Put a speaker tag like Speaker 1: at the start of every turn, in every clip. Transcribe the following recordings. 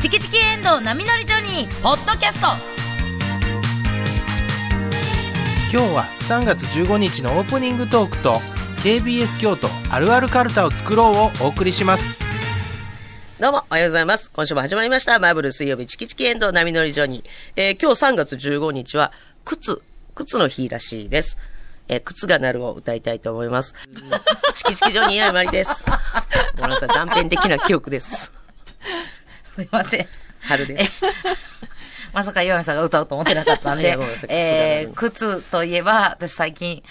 Speaker 1: チキチキエンドウ波乗りジョニー」ポッドキャスト
Speaker 2: 今日は3月15日のオープニングトークと KBS 京都あるあるカルタを作ろうをお送りします
Speaker 3: どうも、おはようございます。今週も始まりました。マーブル水曜日、チキチキエンドウ波乗りジョニー。えー、今日3月15日は、靴、靴の日らしいです。えー、靴が鳴るを歌いたいと思い ます。チキチキジョニーやまりです。ごめんなさい、断片的な記憶です。
Speaker 1: すいません
Speaker 3: 春です。
Speaker 1: まさか岩見さんが歌うと思ってなかった ん
Speaker 3: い
Speaker 1: で
Speaker 3: やごめんなさい、
Speaker 1: えー、靴といえば、私最近、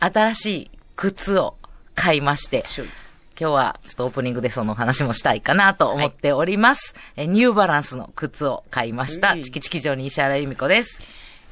Speaker 1: 新しい靴を買いまして、
Speaker 3: シューズ
Speaker 1: 今日はちょっとオープニングでそのお話もしたいかなと思っております。えーニューバランスの靴を買いました。
Speaker 3: うん
Speaker 1: チキチキ上に石原由美子です。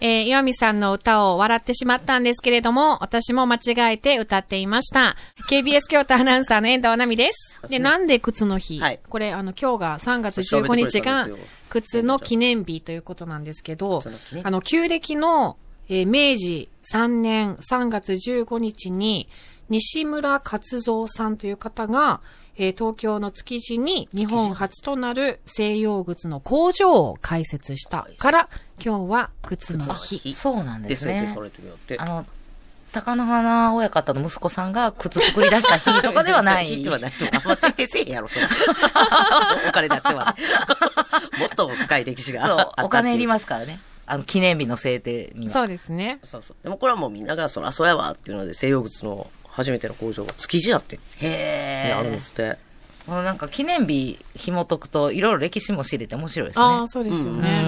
Speaker 4: えー、岩見さんの歌を笑ってしまったんですけれども、私も間違えて歌っていました。KBS 京都アナウンサーの遠藤奈美です。で、なんで靴の日、
Speaker 3: はい
Speaker 4: これ、あの、今日が3月15日が靴の記念日ということなんですけど
Speaker 3: 靴の記、念日
Speaker 4: あの、旧暦の、えー明治3年3月15日に、西村勝三さんという方が、えー東京の築地に日本初となる西洋靴の工場を開設したから、今日は靴の日。
Speaker 3: 日
Speaker 1: そうなんで
Speaker 3: です
Speaker 1: す
Speaker 3: ね。で
Speaker 1: ね
Speaker 3: そ。れとによって
Speaker 1: あ。の、高野花親方の息子さんが靴作り出した日とかではない。
Speaker 3: 聞いてはないと 思う。あんま設定せえへんやろ、 それ。お金出してはない。もっと深い歴史があったって
Speaker 1: そ、
Speaker 3: いうう。
Speaker 1: お金いりますからね。あの、記念日の制定には。
Speaker 4: そうですね。
Speaker 3: そうそう。でもこれはもうみんなが、そらそうやわっていうので、西洋靴の初めての工場が築地やって、ね
Speaker 1: へえ。
Speaker 3: あるんですって。
Speaker 1: もうなんか記念日紐解くと、いろいろ歴史も知れて面白いですね。
Speaker 4: ああ、そうですよ
Speaker 1: う
Speaker 4: ね。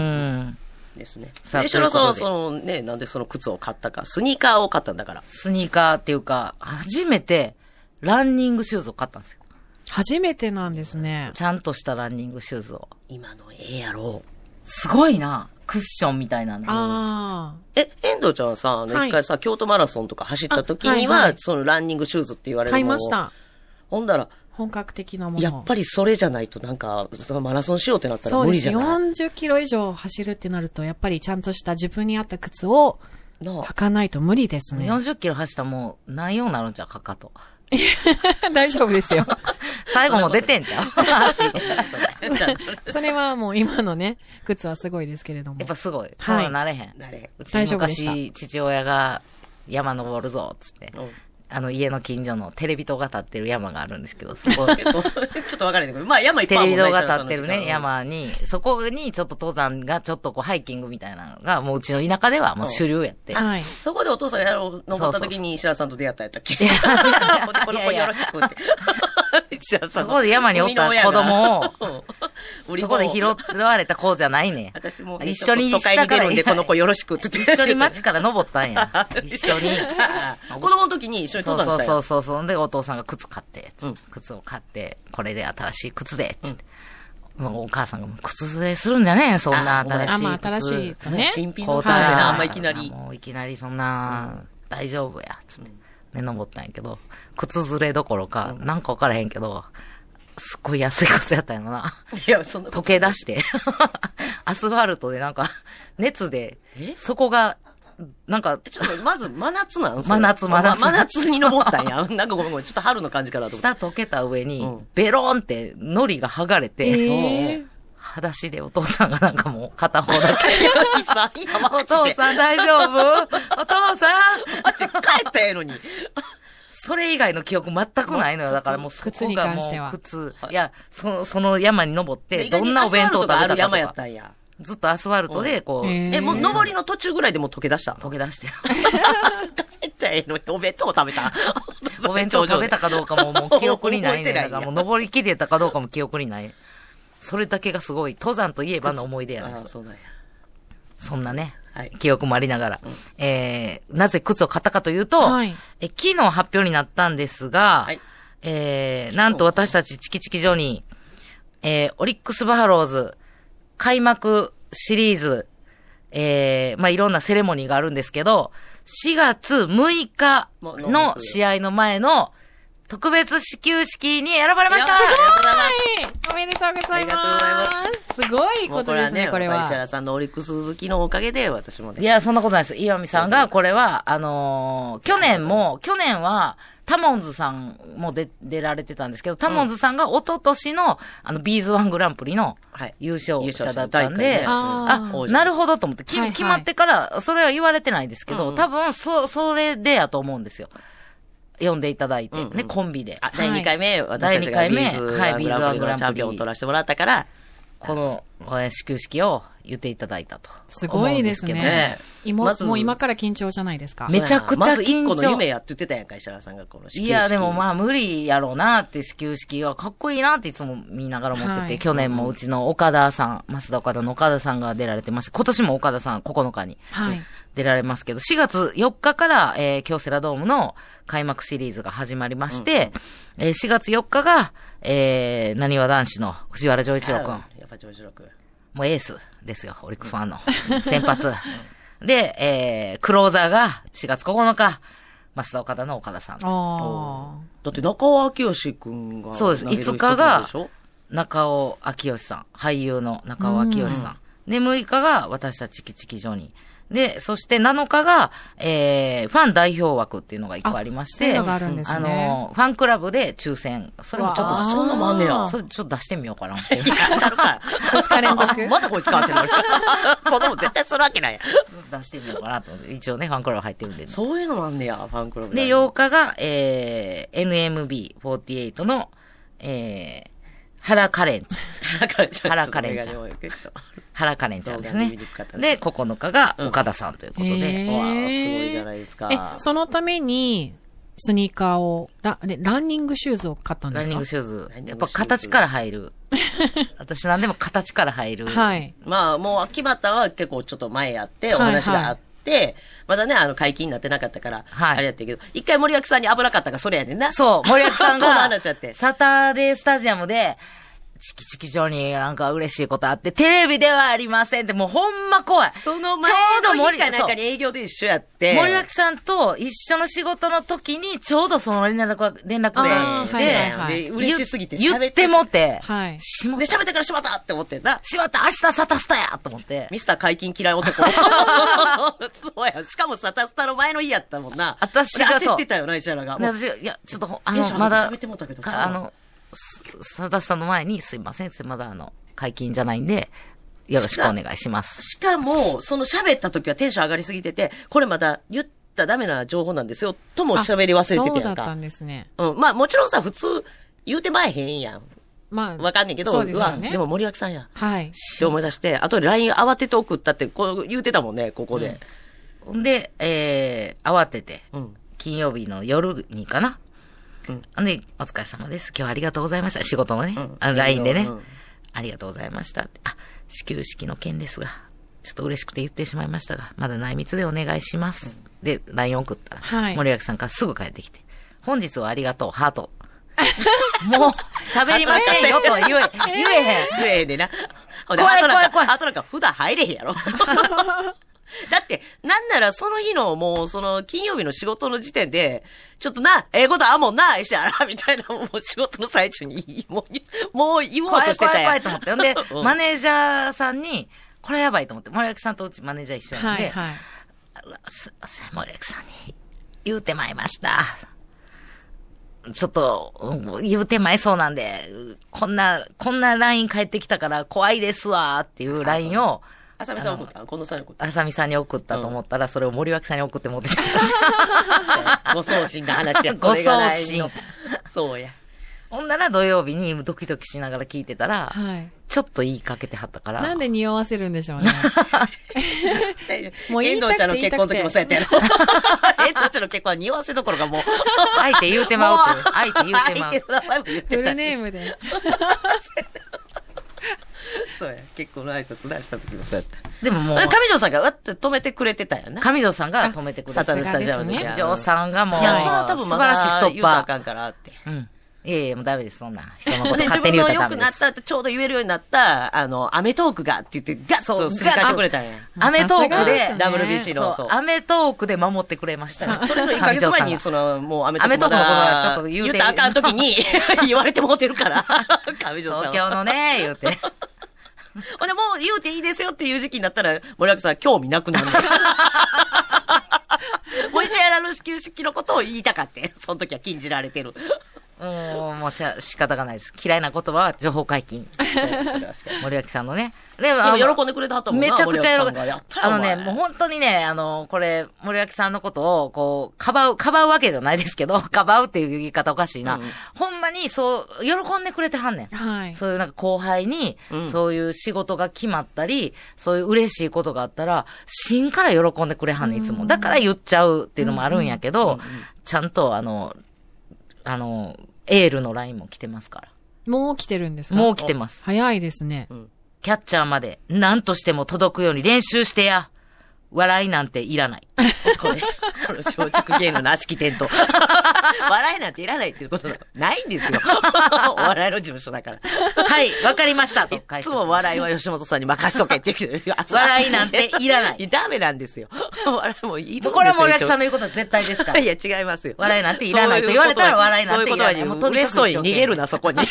Speaker 1: ん。
Speaker 3: ですね。
Speaker 1: さあ
Speaker 3: で、白さんは
Speaker 1: という
Speaker 3: そのね、なんでその靴を買ったか、スニーカーを買ったんだから。
Speaker 1: スニーカーっていうか、初めて、ランニングシューズを買ったんですよ。
Speaker 4: 初めてなんですね。
Speaker 1: ちゃんとしたランニングシューズを。
Speaker 3: 今のええやろ。
Speaker 1: すごいな。クッションみたいなの。
Speaker 4: あ
Speaker 3: え、遠藤ちゃんはさ、あの、
Speaker 4: はい
Speaker 3: 一回さ、京都マラソンとか走った時には、
Speaker 4: あはいはい
Speaker 3: そのランニングシューズって言わ
Speaker 4: あ、
Speaker 3: れる
Speaker 4: 買い
Speaker 3: ものを
Speaker 4: ました。
Speaker 3: ほんだら、
Speaker 4: 本格的なもの。
Speaker 3: やっぱりそれじゃないとなんか、そのマラソンしようってなったら
Speaker 4: そう
Speaker 3: 無
Speaker 4: で
Speaker 3: 理
Speaker 4: す。
Speaker 3: じゃない
Speaker 4: 40キロ以上走るってなると、やっぱりちゃんとした自分に合った靴を
Speaker 3: なあ
Speaker 4: 履かないと無理です ね。
Speaker 1: 40キロ走ったらもう、何ようになるんち ゃうかかと。
Speaker 4: 大丈夫ですよ。
Speaker 1: 最後も出てん じゃん。足や
Speaker 4: それはもう今のね、靴はすごいですけれども。
Speaker 1: っぱすごい。そうななれへん。
Speaker 3: なれ。
Speaker 1: うち
Speaker 4: 大丈夫でした
Speaker 1: 昔、父親が山登るぞ、つって
Speaker 3: う。ん
Speaker 1: あの、家の近所のテレビ塔が立ってる山があるんですけど、そこ、
Speaker 3: ちょっと ちょっとわからないけど、まあ山いっぱ
Speaker 1: テ
Speaker 3: いあ
Speaker 1: レビ
Speaker 3: もんね
Speaker 1: 塔が立ってる
Speaker 3: 白さんの
Speaker 1: ね、
Speaker 3: 時間
Speaker 1: 山に、そこにちょっと登山が、ちょっとこう、ハイキングみたいなのが、もううちの田舎ではもう主流やって。
Speaker 4: はい。
Speaker 3: そこでお父さんがやろう、登った時に石原さんと出会ったやったっけこの子よろしくって。石原さん
Speaker 1: そこで山におった子供を
Speaker 3: を、うん
Speaker 1: そこで拾われた子じゃないねん。
Speaker 3: 私もね、
Speaker 1: 一緒に
Speaker 3: ちょっと都会に出るんで、
Speaker 1: 下
Speaker 3: こ
Speaker 1: から
Speaker 3: の子よろしくって言って。
Speaker 1: 一 緒に町から登ったんや。一緒に。
Speaker 3: 子供の時に一緒に
Speaker 1: そう
Speaker 3: 登山
Speaker 1: そ
Speaker 3: し
Speaker 1: う
Speaker 3: た
Speaker 1: そ
Speaker 3: よ
Speaker 1: うそうそう。んで、お父さんが靴買って、
Speaker 3: うん
Speaker 1: 靴を買って、これで新しい靴で、つって。もうお母さんが、もう靴擦れするんじゃねえよそんな
Speaker 3: あごめん
Speaker 1: 新しい靴。
Speaker 4: あ、まあ新しいとね。
Speaker 3: 新品
Speaker 1: こ
Speaker 3: の
Speaker 1: う
Speaker 3: 靴で
Speaker 1: たら
Speaker 3: な、あんまいきなり。
Speaker 1: もういきなりそんな、大丈夫や、つって。ね、登ったんやけど、靴ずれどころか、なんかわからへんけど、すっごい安い靴やったんやろな。
Speaker 3: いや、そんなこ
Speaker 1: 溶
Speaker 3: と
Speaker 1: け出して、 アスファルトでなんか、熱で
Speaker 3: え、
Speaker 1: そこが、なんか、
Speaker 3: ちょっと、まず、真夏なん
Speaker 1: 真夏真夏
Speaker 3: ま真夏に登ったんや。なんかごめんごめん、ちょっと春の感じかなと思
Speaker 1: 下
Speaker 3: っ
Speaker 1: 溶けた上に、
Speaker 3: うん
Speaker 1: ベローンって、糊が剥がれて、
Speaker 4: えー
Speaker 1: 裸足でお父さんがなんかもう片方だけ。
Speaker 3: て。いや、さん、いや、
Speaker 1: お
Speaker 3: マジ
Speaker 1: 父
Speaker 3: で。
Speaker 1: さん大丈夫 お父さん
Speaker 3: マジで帰ったらええの に。
Speaker 1: それ以外の記憶全くないのよ。だからもうそ
Speaker 4: 靴
Speaker 1: こ
Speaker 4: に
Speaker 1: が
Speaker 4: 関
Speaker 1: も
Speaker 4: しては
Speaker 1: う靴。いや、その、その山に登って、どんなお弁当を食べ
Speaker 3: 意外にアスファルトがあ
Speaker 1: た
Speaker 3: る山や
Speaker 1: か
Speaker 3: っ
Speaker 1: と
Speaker 3: た
Speaker 1: か。
Speaker 3: んや。
Speaker 1: ずっとアスファルトで、こう、
Speaker 4: えー
Speaker 3: え、もう登りの途中ぐらいでもう溶け出 した。
Speaker 1: 溶け出して。
Speaker 3: 帰ったらええのに、お弁当食べた。
Speaker 1: お弁当食べたかどうかもも う記憶にない
Speaker 3: 覚
Speaker 1: ね
Speaker 3: えてない
Speaker 1: だ
Speaker 3: や
Speaker 1: からもう登りきれたかどうかも記憶にない。それだけがすごい、登山といえばの思い出やね
Speaker 3: ああ、 そうなんや。
Speaker 1: そんなね、
Speaker 3: はい
Speaker 1: 記憶もありながら。えー、なぜ靴を買ったかというと、
Speaker 4: はい
Speaker 1: え昨日発表になったんですが、
Speaker 3: はい
Speaker 1: えー、なんと私たちチキチキジョニー、えー、オリックスバファローズ、開幕シリーズ、えー、まあ、いろんなセレモニーがあるんですけど、4月6日の試合の前の特別始球式に選ばれました
Speaker 3: ありがとうございます。
Speaker 4: はい。おめでとうございます。
Speaker 3: ありがとうござい
Speaker 4: すごい
Speaker 3: も
Speaker 4: こ
Speaker 3: う
Speaker 4: と
Speaker 3: これ
Speaker 4: で
Speaker 3: は
Speaker 4: すね、
Speaker 3: ね、
Speaker 4: これは。
Speaker 3: 石原さんのオリックス好きのおかげで、私もね。
Speaker 1: いや、そんなことないです。岩見さんが、これは、あのー去年も、去年は、タモンズさんも出、出られてたんですけど、タモンズさんが一昨年の、あの、ビーズワングランプリの
Speaker 3: はい。
Speaker 1: 優勝
Speaker 3: 優勝
Speaker 1: 者
Speaker 3: 者
Speaker 1: だったんで、
Speaker 3: 第一回ね
Speaker 4: あ
Speaker 1: あ
Speaker 3: 王、者
Speaker 1: なるほどと思って、き
Speaker 4: はいはい
Speaker 1: 決まってから、それは言われてないですけ
Speaker 3: うん
Speaker 1: ど、
Speaker 3: うん
Speaker 1: 多分、そ、それでやと思うんですよ。読んでいただいて、
Speaker 3: うんうん
Speaker 1: ね、コンビで。
Speaker 3: あ、第2回目、私たちが
Speaker 1: 第
Speaker 3: ビ
Speaker 1: 二回目
Speaker 3: ーズ
Speaker 1: はい
Speaker 3: グランプリのチャンピオンを
Speaker 1: ビーズワングランプ
Speaker 3: 取
Speaker 1: リ
Speaker 3: らせてもらったから、
Speaker 1: この、えー始球式を言っていただいたと。
Speaker 4: すごいです
Speaker 1: 思うん
Speaker 4: ね。
Speaker 1: け
Speaker 3: ね
Speaker 4: 今
Speaker 3: まず
Speaker 4: もう今から緊張じゃないですか。
Speaker 1: めちゃくちゃ緊
Speaker 3: ま
Speaker 1: 張
Speaker 3: ず一個の夢やって言ってたやんか、石原さんがこの
Speaker 1: どいや、でも
Speaker 3: あ。
Speaker 1: まあ無理やろうなって始球式がかっこいいなっていつも見ながら思ってて、
Speaker 4: はい
Speaker 1: 去年もうちの岡田さん、増田岡田の岡田さんが出られてまして、今年も岡田さん9日に
Speaker 4: はい。
Speaker 1: 出られますけど、4月4日から、えー、京セラドームの開幕シリーズが始まりまして、えー4月4日が、えー、何わ男子の藤原丈一郎くん。
Speaker 3: やっぱ上一郎くん。
Speaker 1: もうエースですよ、オリックスファンの。先発。で、えー、クローザーが4月9日、増田岡田の岡田さんと。
Speaker 4: あ
Speaker 3: だって中尾明義くんが。
Speaker 1: そうです
Speaker 3: 投げる人
Speaker 1: 五日が
Speaker 3: でしょ
Speaker 1: 中尾明義さん。俳優の中尾明義さん。で、6日が私たちキチキジョニー。で、そして7日が、えー、ファン代表枠っていうのが1個ありまし
Speaker 4: そうい
Speaker 1: て、
Speaker 4: うのがあるんですね
Speaker 1: の、ファンクラブで抽選。それもちょっ
Speaker 4: わあ
Speaker 1: と、
Speaker 4: そんなもんあんねや
Speaker 1: それちょっと出してみようかなって。
Speaker 3: 当たるか。
Speaker 4: 日連 続
Speaker 3: まだこいつ変わって る。そんなもん絶対するわけないや。
Speaker 1: 出してみようかなと思って。一応ね、ファンクラブ入ってるんで、
Speaker 3: そういうのもあんねや、ファンクラブ。
Speaker 1: で、8日が、えー、NMB48 の、えー、原カレンちゃ
Speaker 3: だ
Speaker 1: ん。
Speaker 3: からちょっと
Speaker 1: 原カ レンちゃん
Speaker 3: 眼鏡を結構
Speaker 1: 原カレンちゃんです
Speaker 3: 動画
Speaker 1: ね
Speaker 3: で見にくかった。です
Speaker 1: で、9日が岡田さんということ
Speaker 4: へ
Speaker 1: で。
Speaker 4: ー
Speaker 3: わあ、すごいじゃないです
Speaker 4: え
Speaker 3: か、。
Speaker 4: そのために、スニーカーを、ラえランニングシューズを買ったん
Speaker 1: ラ
Speaker 4: で
Speaker 1: ン
Speaker 4: す
Speaker 1: ニン
Speaker 4: か
Speaker 1: グシューズ
Speaker 3: ラン。ニングシューズ
Speaker 1: やっぱ形から 入る。私何でも形から入る。
Speaker 4: はい。
Speaker 3: まあ、もう秋葉は結構ちょっと前やって、お
Speaker 4: はいはい
Speaker 3: 話があって、まだね、あの、解禁になってなかったから、
Speaker 1: はい
Speaker 3: あれやったけど、一回森脇さんに危なかったから、それやねんな。
Speaker 1: そう、森脇さん
Speaker 3: この
Speaker 1: が
Speaker 3: 話やって、
Speaker 1: サタデースタジアムで、チキチキ上になんか嬉しいことあって、テレビではありませんって、もうほんま怖い。
Speaker 3: その前
Speaker 1: ちょうど
Speaker 3: の
Speaker 1: 森
Speaker 3: 日かなん
Speaker 1: そ
Speaker 3: か
Speaker 1: う
Speaker 3: に営業で一緒やって。
Speaker 1: 森脇さんと一緒の仕事の時に、ちょうどその連絡が、連絡が
Speaker 3: あー
Speaker 1: 来て、
Speaker 4: はいはいはい
Speaker 3: で、嬉しすぎて
Speaker 1: 言
Speaker 3: 喋
Speaker 1: 言ってもて、
Speaker 4: はい
Speaker 1: しまっ
Speaker 3: で、
Speaker 1: た、
Speaker 3: 喋ったからしまったって思ってんな。
Speaker 1: しまった、明日サタスタやと思って。
Speaker 3: ミスター解禁嫌い男。 そうや。しかもサタスタの前の日やったもんな。
Speaker 1: 私が
Speaker 3: 俺焦
Speaker 1: そう
Speaker 3: ってたよな、石原が。
Speaker 1: で
Speaker 3: もう
Speaker 1: 私が、いや、ちょっとほ、あ
Speaker 3: テン
Speaker 1: の
Speaker 3: ショ、ン上
Speaker 1: ま
Speaker 3: げて喋
Speaker 1: だ
Speaker 3: ってもうたけど、ちゃうわ
Speaker 1: あの、すサタスタの前に、すいません、すいまだ、あの、解禁じゃないんで、よろしくお願いします。
Speaker 3: しかも、その喋った時はテンション上がりすぎてて、これまた言ったらダメな情報なんですよ、とも喋り忘れて
Speaker 4: そう
Speaker 3: て
Speaker 4: だ
Speaker 3: やん
Speaker 4: った
Speaker 3: か
Speaker 4: ん。ですね。
Speaker 3: うん。まあもちろんさ、普通、言うてまえへんやん。
Speaker 4: まあ。
Speaker 3: わかんねんけど、
Speaker 4: そうですよ
Speaker 3: うわ
Speaker 4: ね。
Speaker 3: でも森脇さんや。
Speaker 4: はい。
Speaker 3: って思い出して、あとで LINE 慌てて送ったって、こう言うてたもんね、ここで。
Speaker 1: んで、えー、慌てて、
Speaker 3: うん。
Speaker 1: 金曜日の夜にかな。うん。で、お疲れ様です。今日はありがとうございました。仕事のね。
Speaker 3: うん
Speaker 1: あの、LINE でね、
Speaker 3: うん
Speaker 1: ありがとうございましたって。あ、始球式の件ですが、ちょっと嬉しくて言ってしまいましたが、まだ内密でお願いします。で、LINE 送ったら、
Speaker 4: はい
Speaker 1: 森脇さんからすぐ帰ってきて、本日はありがとう、ハート。 もう、喋りませんよとは言え、言えへん。
Speaker 3: 言えへんでな。ほんで
Speaker 1: 怖い
Speaker 3: あとなんか
Speaker 1: 怖い怖い
Speaker 3: あとなんか普段入れへんや ろ。だって、なんならその日のもうその金曜日の仕事の時点で、ちょっとな、ええことあんもんな、石原、みたいな、もう仕事の最中に、もう、もう言おうと
Speaker 1: 怖い
Speaker 3: して
Speaker 1: 怖
Speaker 3: た
Speaker 1: い怖
Speaker 3: や
Speaker 1: い
Speaker 3: ん。
Speaker 1: と思って。ほんで、
Speaker 3: うん
Speaker 1: マネージャーさんに、これやばいと思って、森脇さんとうちマネージャー一緒なん
Speaker 4: は
Speaker 1: で、
Speaker 4: い。はい。
Speaker 1: す、す、森脇さんに言うてまいました。ちょっと、うん言うてまいそうなんで、こんな、こんな LINE 返ってきたから怖いですわーっていう LINE を、
Speaker 3: 浅見さん思ったん近藤さんのこと。
Speaker 1: あさみさんに送ったと思ったら、それを森脇さんに送って持ってきた。
Speaker 3: ご送信の話や。 こ
Speaker 1: ご送信
Speaker 3: れが LINE のそうや。
Speaker 1: ほんなら土曜日にドキドキしながら聞いてたら、
Speaker 4: はい。
Speaker 1: ちょっと言いかけてはったから。
Speaker 4: なんで匂わせるんでしょ うね。もう言
Speaker 3: 遠
Speaker 4: いたく
Speaker 3: 藤
Speaker 4: て
Speaker 3: ちゃんの結婚の時もそうやったや ろ。遠藤ちゃんの結婚は匂わせどころかもう。
Speaker 1: 相手言うてまうという。相手言うて まう。
Speaker 3: 相手の名前も言って
Speaker 4: フ
Speaker 3: たし。
Speaker 4: ルネームで。
Speaker 3: そうや。結婚の挨拶出した時もそうやった。
Speaker 1: でももう
Speaker 3: あれ、、上条さんがわって止めてくれてたよな。
Speaker 1: 上条さんが止めてくれ
Speaker 3: サ
Speaker 1: た
Speaker 3: タ。デースタジアムの時
Speaker 4: さすが
Speaker 1: 上条さんがもう、
Speaker 3: いや、それは多分
Speaker 1: 素
Speaker 3: ま
Speaker 1: 晴ら
Speaker 3: だ
Speaker 1: しいストッ
Speaker 3: 言うたらあ
Speaker 1: パ
Speaker 3: かんからって。
Speaker 1: ー。うん。いやいや、もうダメです、そんな。人のこと
Speaker 3: で、自
Speaker 1: 勝手
Speaker 3: 分
Speaker 1: に言う
Speaker 3: の
Speaker 1: たら
Speaker 3: 良く
Speaker 1: ダメ
Speaker 3: な
Speaker 1: で
Speaker 3: っ
Speaker 1: す。
Speaker 3: たってちょうど言えるようになった、あの、アメトークがって言って、ガッ
Speaker 1: そ
Speaker 3: と
Speaker 1: う
Speaker 3: すり替えてくれたんや。
Speaker 1: アメトークで、
Speaker 4: ガッ
Speaker 3: WBC の、そ
Speaker 1: そうう、。アメトークで守ってくれました。
Speaker 3: それの1ヶ月前に、
Speaker 1: 上条さん
Speaker 3: そ
Speaker 1: が
Speaker 3: の、もうアメ
Speaker 1: アメトークのことはちょっと言う
Speaker 3: 言
Speaker 1: て
Speaker 3: ったらあ か ん時に、言われてもうてるから、上条さんは。
Speaker 1: 東京のね、言うて。
Speaker 3: ほんで、もう言うていいですよっていう時期になったら、森脇さん興味なく なる。もう一度やらの始球式のことを言いたかって。その時は禁じられてる。
Speaker 1: うん、もうしゃ仕方がないです。嫌いな言葉は情報解禁。森脇さんのね。でも
Speaker 3: でも喜んでくれたはったもんな
Speaker 1: めちゃくちゃ喜
Speaker 3: 森脇さん
Speaker 1: ん
Speaker 3: が
Speaker 1: で
Speaker 3: やった。よ
Speaker 1: あのね、
Speaker 3: お前
Speaker 1: もう本当にね、あの、これ、森脇さんのことを、こう、かばう、かばうわけじゃないですけど、 かばうっていう言い方おかしいな。
Speaker 3: うん
Speaker 1: ほんまに、そう、喜んでくれてはんねん。
Speaker 4: はい。
Speaker 1: そういうなんか後輩に
Speaker 3: うん、
Speaker 1: そういう仕事が決まったり、そういう嬉しいことがあったら、芯から喜んでくれはんねん、いつも。だから言っちゃうっていうのもあるんやけど、ちゃんとあの、あの、エールのラインも来てますか
Speaker 4: もう来てるんです
Speaker 1: ら。
Speaker 4: か
Speaker 1: もう来てます。
Speaker 4: 早いですね。
Speaker 1: キャッチャーまで何としても届くように練習してや。笑いなんていらない。
Speaker 3: これ、これ、松竹芸能の悪しき点と。 笑いなんていらないっていうことなないんですよ。 お笑いの事務所だから。
Speaker 1: はい、わかり ました。と
Speaker 3: い
Speaker 1: 返
Speaker 3: つ
Speaker 1: す。
Speaker 3: も笑いは吉本さんに任しとけって言うけど
Speaker 1: 笑いなんていらな い。
Speaker 3: ダメなんですよ。笑いもいるんですよ。
Speaker 1: もうこれは森脇さんの
Speaker 3: の。
Speaker 1: 言うことは絶対ですから。
Speaker 3: いや、違いますよ。
Speaker 1: 笑いなんていらないと言われたら笑いなんていらない
Speaker 3: そういう
Speaker 1: も
Speaker 3: こ
Speaker 1: う
Speaker 3: と
Speaker 1: と
Speaker 3: は
Speaker 1: に
Speaker 3: 言
Speaker 1: か
Speaker 3: う
Speaker 1: く
Speaker 3: そういうことは言う嬉しそうに逃げるな、
Speaker 1: 一
Speaker 3: そこに。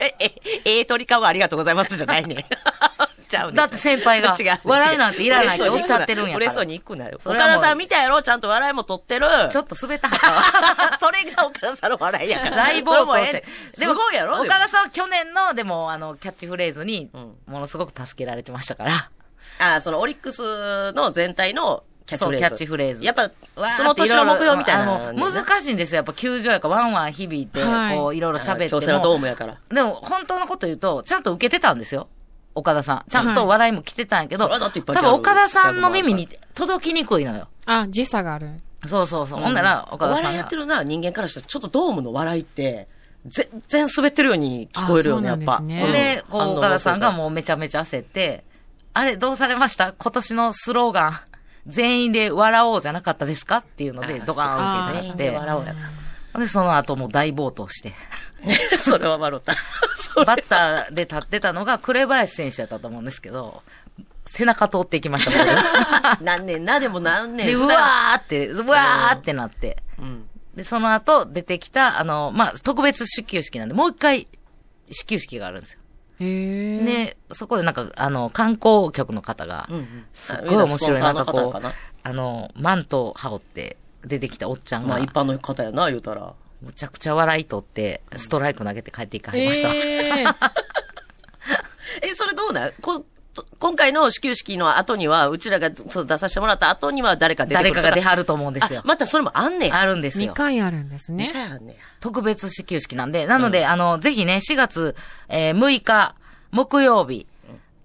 Speaker 3: え、え、ええ鳥かごありがとうございますじゃないね。 ちゃうね
Speaker 1: だって先輩が
Speaker 3: 違うね違う
Speaker 1: 笑いなんていらないっておっしゃってるんやから
Speaker 3: 嬉しそうに行くなよ。
Speaker 1: そ
Speaker 3: 岡
Speaker 1: れはもう
Speaker 3: 田さん見たやろちゃんと笑いも取ってる。
Speaker 1: ちょっと滑ったはった わ。
Speaker 3: それが岡田さんの笑い やから。
Speaker 1: 大暴
Speaker 3: そ
Speaker 1: 投
Speaker 3: れ
Speaker 1: し
Speaker 3: もえ
Speaker 1: て。
Speaker 3: えすごいやろ
Speaker 1: 岡田さんは去年の、でも、あの、キャッチフレーズに
Speaker 3: うん、
Speaker 1: ものすごく助けられてましたから。
Speaker 3: あ、そのオリックスの全体のキャッチフレーズ。
Speaker 1: そうキャッチフレーズ
Speaker 3: やっぱ
Speaker 1: わーっ、て
Speaker 3: その年の目標みたい
Speaker 1: ろ
Speaker 3: な
Speaker 1: ろ
Speaker 3: の
Speaker 1: あ
Speaker 3: ね。
Speaker 1: の難しいんですよ。やっぱ球場やからワンワン響いて、
Speaker 4: はい
Speaker 1: こう、いろいろ喋って
Speaker 3: 強制の
Speaker 1: も。
Speaker 3: ドームやから。
Speaker 1: でも、本当のこと言うと、ちゃんと受けてたんですよ。岡田さん。ちゃんと笑いも来てたんやけど、
Speaker 3: それはだっていっぱい
Speaker 1: 多分岡田さんの耳に
Speaker 3: ギ
Speaker 1: 届きにくいのよ。
Speaker 4: あ、時差がある。
Speaker 1: そうそうそう。ほんなら、岡田
Speaker 3: お
Speaker 1: さ
Speaker 3: 笑
Speaker 1: ん
Speaker 3: いやって
Speaker 1: が。
Speaker 3: るな、人間からしたら、ちょっとドームの笑いって、全然滑ってるように聞こえるよね、や
Speaker 4: あ
Speaker 3: っ
Speaker 4: そう
Speaker 3: ぱ。
Speaker 4: なんですね
Speaker 1: ほんで、
Speaker 3: う
Speaker 1: こう、岡田さんが
Speaker 3: う。
Speaker 1: もうめちゃめちゃ焦って、あれ、どうされました今年のスローガン、全員で笑おうじゃなかったですかっていうので、ドカーン受
Speaker 3: 全
Speaker 1: け
Speaker 3: 員
Speaker 1: て
Speaker 3: で
Speaker 1: やっ
Speaker 3: 笑おうやか
Speaker 1: て、で、その後もう大暴 投して、
Speaker 3: ら。それは笑った。 それ
Speaker 1: バッターで立ってたのが、紅林選手だったと思うんですけど、背中通っていきました、僕が
Speaker 3: 何年な、でも何年
Speaker 1: で、うわーって、うわーってなって。
Speaker 3: うん。
Speaker 1: で、その後出てきた、あの、まあ、特別始球式なんで、もう一回、始球式があるんですよ。
Speaker 4: へえ。。
Speaker 1: で、そこでなんか、あの、観光局の方が
Speaker 3: うんうん、
Speaker 1: すっごい面白い、
Speaker 3: 上田
Speaker 1: な
Speaker 3: スポンサー
Speaker 1: ん
Speaker 3: の
Speaker 1: か
Speaker 3: 方
Speaker 1: こ
Speaker 3: か
Speaker 1: う
Speaker 3: な、
Speaker 1: あの、マントを羽織って出てきたおっちゃん
Speaker 3: ま
Speaker 1: が
Speaker 3: あ、一、般の方やな、言うたら。
Speaker 1: むちゃくちゃ笑いとって、ストライク投げて帰っていかれました。
Speaker 4: えー、
Speaker 3: え、それどうなんこ今回の始球式の後には、うちらがそう出させてもらった後には誰か出てく
Speaker 1: 誰
Speaker 3: る
Speaker 1: かが出
Speaker 3: る
Speaker 1: はると思うんですよ。
Speaker 3: またそれもあんねや。
Speaker 1: あるんです
Speaker 4: 2
Speaker 1: よ。
Speaker 4: 回あるんですね。
Speaker 3: あんねや。
Speaker 1: 特別始球式なんで、なので、あの、ぜひね、4月、えー6日、木曜日、